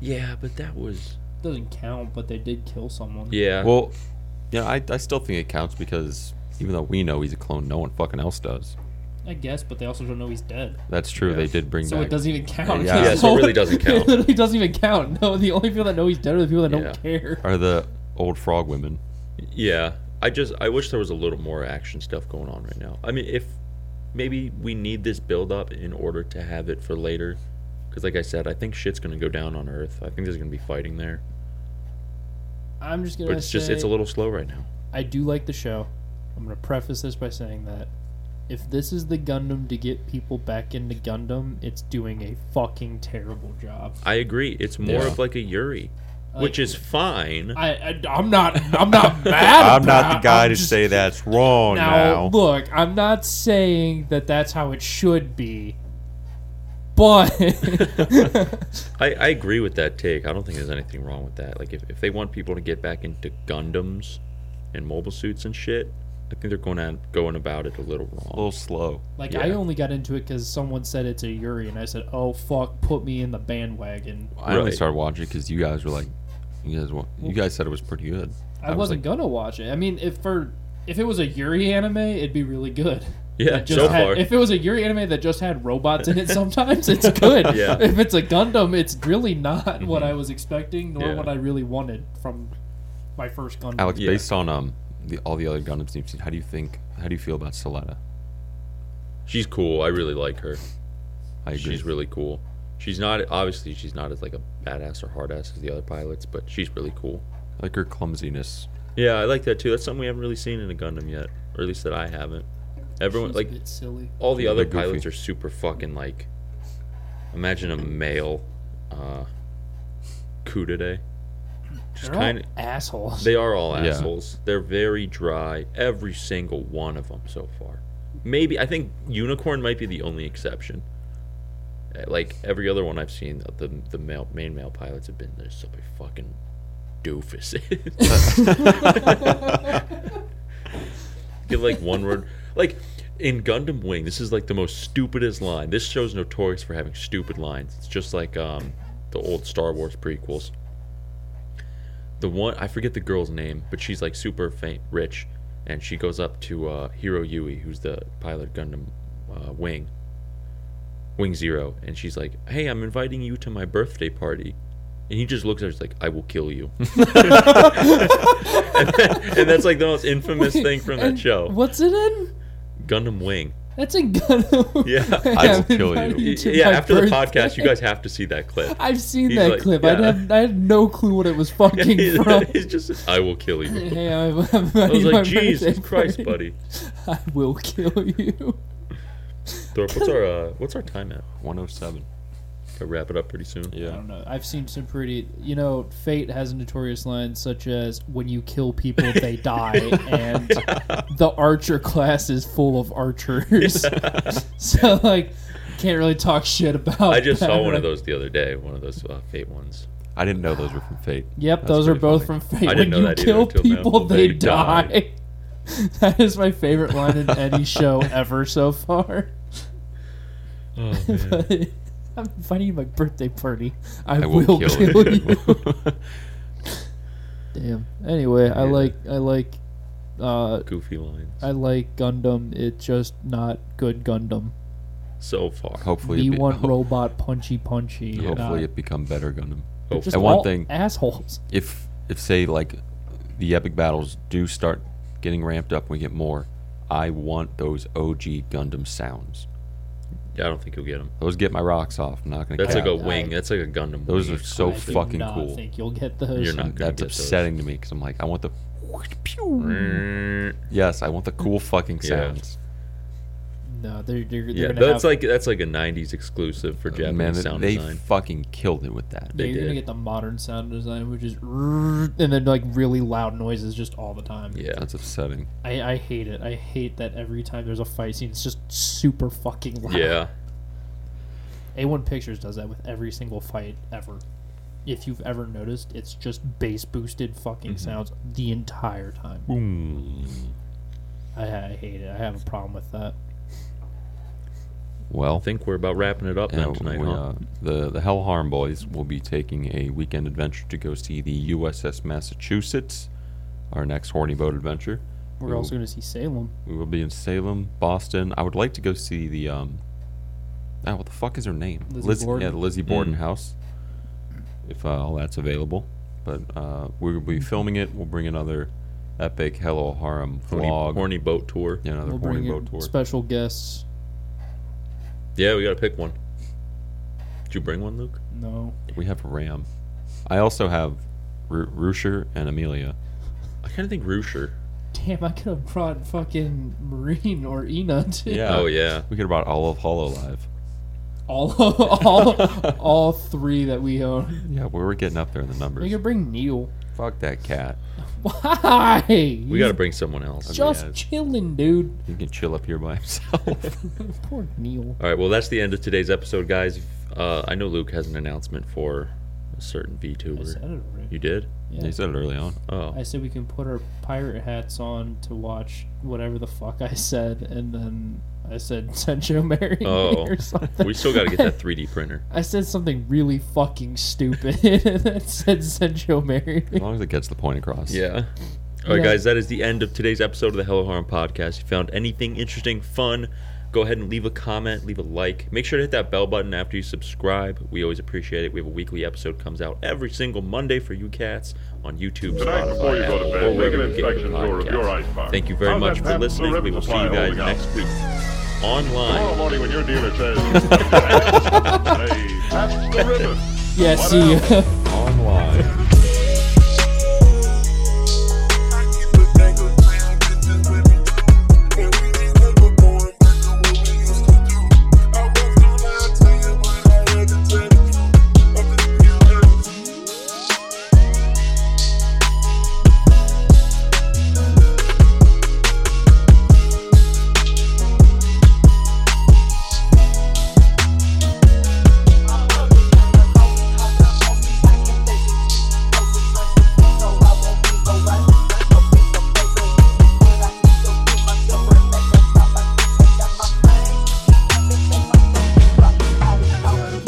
C: Yeah, but that was
B: Doesn't count, but they did kill someone.
C: yeah.
D: Well, you know, I, I still think it counts because even though we know he's a clone, no one fucking else does.
B: I guess, but they also don't know he's dead.
D: That's true.
C: Yeah.
D: They did bring
B: So
D: back.
B: it doesn't even count.
D: Yeah. Yeah,
C: so it really doesn't count.
B: it literally doesn't even count. No, the only people that know he's dead are the people that
C: Yeah.
B: don't care.
D: are the old frog women?
C: yeah. I just I wish there was a little more action stuff going on right now. I mean, if maybe we need this build up in order to have it for later, because like I said, I think shit's gonna go down on Earth. I think there's gonna be fighting there,
B: I'm just gonna.
C: but it's just
B: say
C: it's a little slow right now.
B: I do like the show. I'm gonna preface this by saying that if this is the Gundam to get people back into Gundam, it's doing a fucking terrible job.
C: I agree. It's more
D: Yeah.
C: of like a Yuri,
B: Like-
C: which is fine.
B: I, I I'm not I'm not mad.
D: I'm not the
B: about-
D: guy
B: I'm
D: to
B: just-
D: say that's wrong
B: Now,
D: now.
B: look, I'm not saying that that's how it should be, but
C: I, I agree with that take. I don't think there's anything wrong with that. Like if, if they want people to get back into Gundams and mobile suits and shit. I think they're going at going about it a little wrong.
D: A little slow.
B: Like
C: Yeah.
B: I only got into it because someone said it's a Yuri, and I said, "Oh fuck, put me in the bandwagon."
D: I only
C: Right.
D: started watching because you guys were like, you guys, wa- you guys said it was pretty good.
B: I,
D: was
B: wasn't
D: like,
B: gonna watch it. I mean, if for if it was a Yuri anime, it'd be really good.
C: yeah,
B: That just
C: so
B: had-
C: far.
B: if it was a Yuri anime that just had robots in it, sometimes it's good.
C: Yeah. Mm-hmm.
B: If it's a Gundam, it's really not what I was expecting, nor
C: Yeah.
B: what I really wanted from my first Gundam.
D: Alex,
C: Yeah.
D: based on um the, all the other Gundams you've seen, how do you think? How do you feel about Soletta?
C: She's cool. I really like her.
D: I agree.
C: She's really cool. She's not obviously she's not as like a badass or hard ass as the other pilots, but she's really cool.
D: I like her clumsiness.
C: Yeah, I like that too. That's something we haven't really seen in a Gundam yet, or at least that I haven't. Everyone
B: She's
C: like
B: a bit silly.
C: all the
D: They're
C: other
D: goofy.
C: pilots are super fucking like. Imagine a male, uh, Kudade.
B: They're
C: kinda-
B: all assholes.
C: They are all
D: Yeah.
C: assholes. They're very dry. Every single one of them so far. Maybe I think Unicorn might be the only exception. Uh, Like every other one I've seen, uh, the the male, main male pilots have been there so fucking doofuses. Get like one word, like in Gundam Wing. This is like the most stupidest line. This show's notorious for having stupid lines. It's just like um, the old Star Wars prequels the one I forget the girl's name, but she's like super faint, rich, and she goes up to uh, Hiro Yui, who's the pilot Gundam uh, Wing, Wing Zero, and she's like, "Hey, I'm inviting you to my birthday party," and he just looks at her, he's like, "I will kill you," and, that's like the most infamous
B: Wait,
C: thing from that
B: and
C: show,
B: What's it in?
C: Gundam Wing.
B: That's a Gundam.
C: Yeah.
D: I will
B: I'm
D: kill you.
B: inviting to
C: yeah,
B: my
C: after the podcast,
B: birthday.
C: you guys have to see that clip.
B: I've seen
C: He's
B: that
C: like,
B: clip.
C: yeah.
B: I had I had no clue what it was fucking
C: he's,
B: from.
C: he's just, "I will kill you."
B: hey, I'm, I'm
C: I was like, "Jesus Christ, buddy."
B: I will kill you.
C: Thorpe, what's our uh, what's our time at?
D: 107.
C: Gotta wrap it up pretty soon.
B: I
D: Yeah.
B: don't know. I've seen some pretty, you know, Fate has notorious lines such as "When you kill people, they die," and the Archer class is full of archers. so like, can't really talk shit about.
C: I just saw
B: that.
C: one of those the other day, one of those uh, fate ones.
D: I didn't know those were from Fate.
B: Yep,
D: That's
B: those are
D: pretty
B: both
D: funny.
B: from Fate.
C: I
B: when
C: didn't know
B: you
C: that either
B: kill
C: until now.
B: people,
C: They
B: they, die. that is my favorite line in any show ever so far.
C: Oh,
B: I'm inviting you to my birthday party. I,
D: I
B: will,
D: will
B: kill,
D: kill
B: you. Damn. Anyway, I
C: Yeah.
B: like I like uh
C: Goofy lines.
B: I like Gundam. It's just not good Gundam.
C: So far.
D: Hopefully,
B: We
D: it be-
B: want
D: ho-
B: robot punchy punchy.
D: hopefully
B: not-
D: it become better Gundam.
C: Oh,
B: just
D: and one
B: all
D: thing-
B: assholes.
D: If if say like the epic battles do start getting ramped up, we get more. I want those OG Gundam sounds.
C: I don't think you'll get them.
D: Those get my rocks off. I'm not gonna.
C: That's
D: cap.
C: like a
B: I-
C: wing. That's like a Gundam.
D: Those
C: wing.
D: are so
B: I do
D: fucking
B: not
D: cool.
B: Think you'll get those?
C: You're not gonna
D: That's
C: get those. Mm.
D: upsetting to me because I'm like, I want the. Yes, I want the cool fucking
C: Yeah.
D: sounds.
B: No, they're, they're, they're
C: Yeah,
B: gonna
C: that's
B: have,
C: like that's like a '90s exclusive for Japanese
D: Uh, Man,
C: sound
D: they
C: design.
D: fucking killed it with that.
B: yeah,
C: they
B: you're gonna
C: did.
B: get the modern sound design, which is and then like really loud noises just all the time.
C: yeah,
D: That's upsetting.
B: I, I hate it. I hate that every time there's a fight scene, it's just super fucking loud.
C: yeah.
B: A1 Pictures does that with every single fight ever. If you've ever noticed, it's just bass boosted fucking
D: Mm-hmm.
B: sounds the entire time. I, I hate it. I have a problem with that.
D: Well,
C: I think we're about wrapping it up
D: Yeah,
C: then tonight,
D: we,
C: huh?
D: uh, the the Hell Harm Boys will be taking a weekend adventure to go see the USS Massachusetts, our next horny boat adventure.
B: We're
D: We will-
B: also going to see Salem.
D: we will be in Salem, Boston. I would like to go see the um. Ah, what the fuck is her name?
B: Lizzie
D: Yeah,
B: Borden.
D: the Lizzie Borden
C: Mm.
D: house. If uh, all that's available, but uh, we will
B: Mm.
D: be filming it. We'll bring another epic Hello Harem
C: Horny,
D: vlog.
C: horny boat tour.
D: Yeah, another
B: We'll
D: horny
B: bring
D: boat
B: in
D: tour.
B: special guests.
C: Yeah, we gotta pick one. Did you bring one, Luke?
B: No.
D: we have Ram. I also have Ru- Rusher and Amelia.
C: I kind of think Rusher.
B: Damn, I could have brought fucking Marine or Ina too.
D: Yeah.
C: Oh yeah.
D: Uh, We could have brought all of Hollow Live.
B: All, all, all three that we own.
D: Yeah, we were getting up there in the
B: We
D: numbers.
B: could bring Neil.
D: Fuck that cat.
B: Why?
C: We gotta bring someone else.
B: just
D: yeah.
B: chilling, dude.
D: He can chill up here by himself.
B: Poor Neil.
C: All right, well, that's the end of today's episode, guys. Uh, I know Luke has an announcement for a certain
B: I
C: VTuber.
B: said it already.
C: You did?
D: He said it early on.
C: Oh.
B: I said we can put our pirate hats on to watch whatever the fuck I said, and then I said Sancho marry
C: Oh.
B: me or something.
C: We still got to get that 3D printer.
B: I said something really fucking stupid, and then said Sancho marry me.
D: As long as it gets the point across.
C: Yeah. All right,
B: Yeah.
C: guys, that is the end of today's episode of the Hello Harm podcast. If you found anything interesting, fun, go ahead and leave a comment, leave a like. Make sure to hit that bell button after you subscribe. We always appreciate it. We have a weekly episode comes out every single Monday for you cats on YouTube,
A: Tonight, before you
C: Spotify,
A: go
C: Apple,
A: to bed, make
C: wherever
A: an
C: you get your
A: inspection tour of your
C: podcasts.
A: ice box.
C: Thank you very
A: How's
C: much
A: that
C: for
A: Pabst Blue
C: listening. We
A: Ribbon
C: will see
A: supply
C: you guys
A: holding out?
C: next week online.
A: Tomorrow morning when your dealer says, hey, that's the ribbon.
B: Yeah,
A: What
B: see
A: else?
B: you.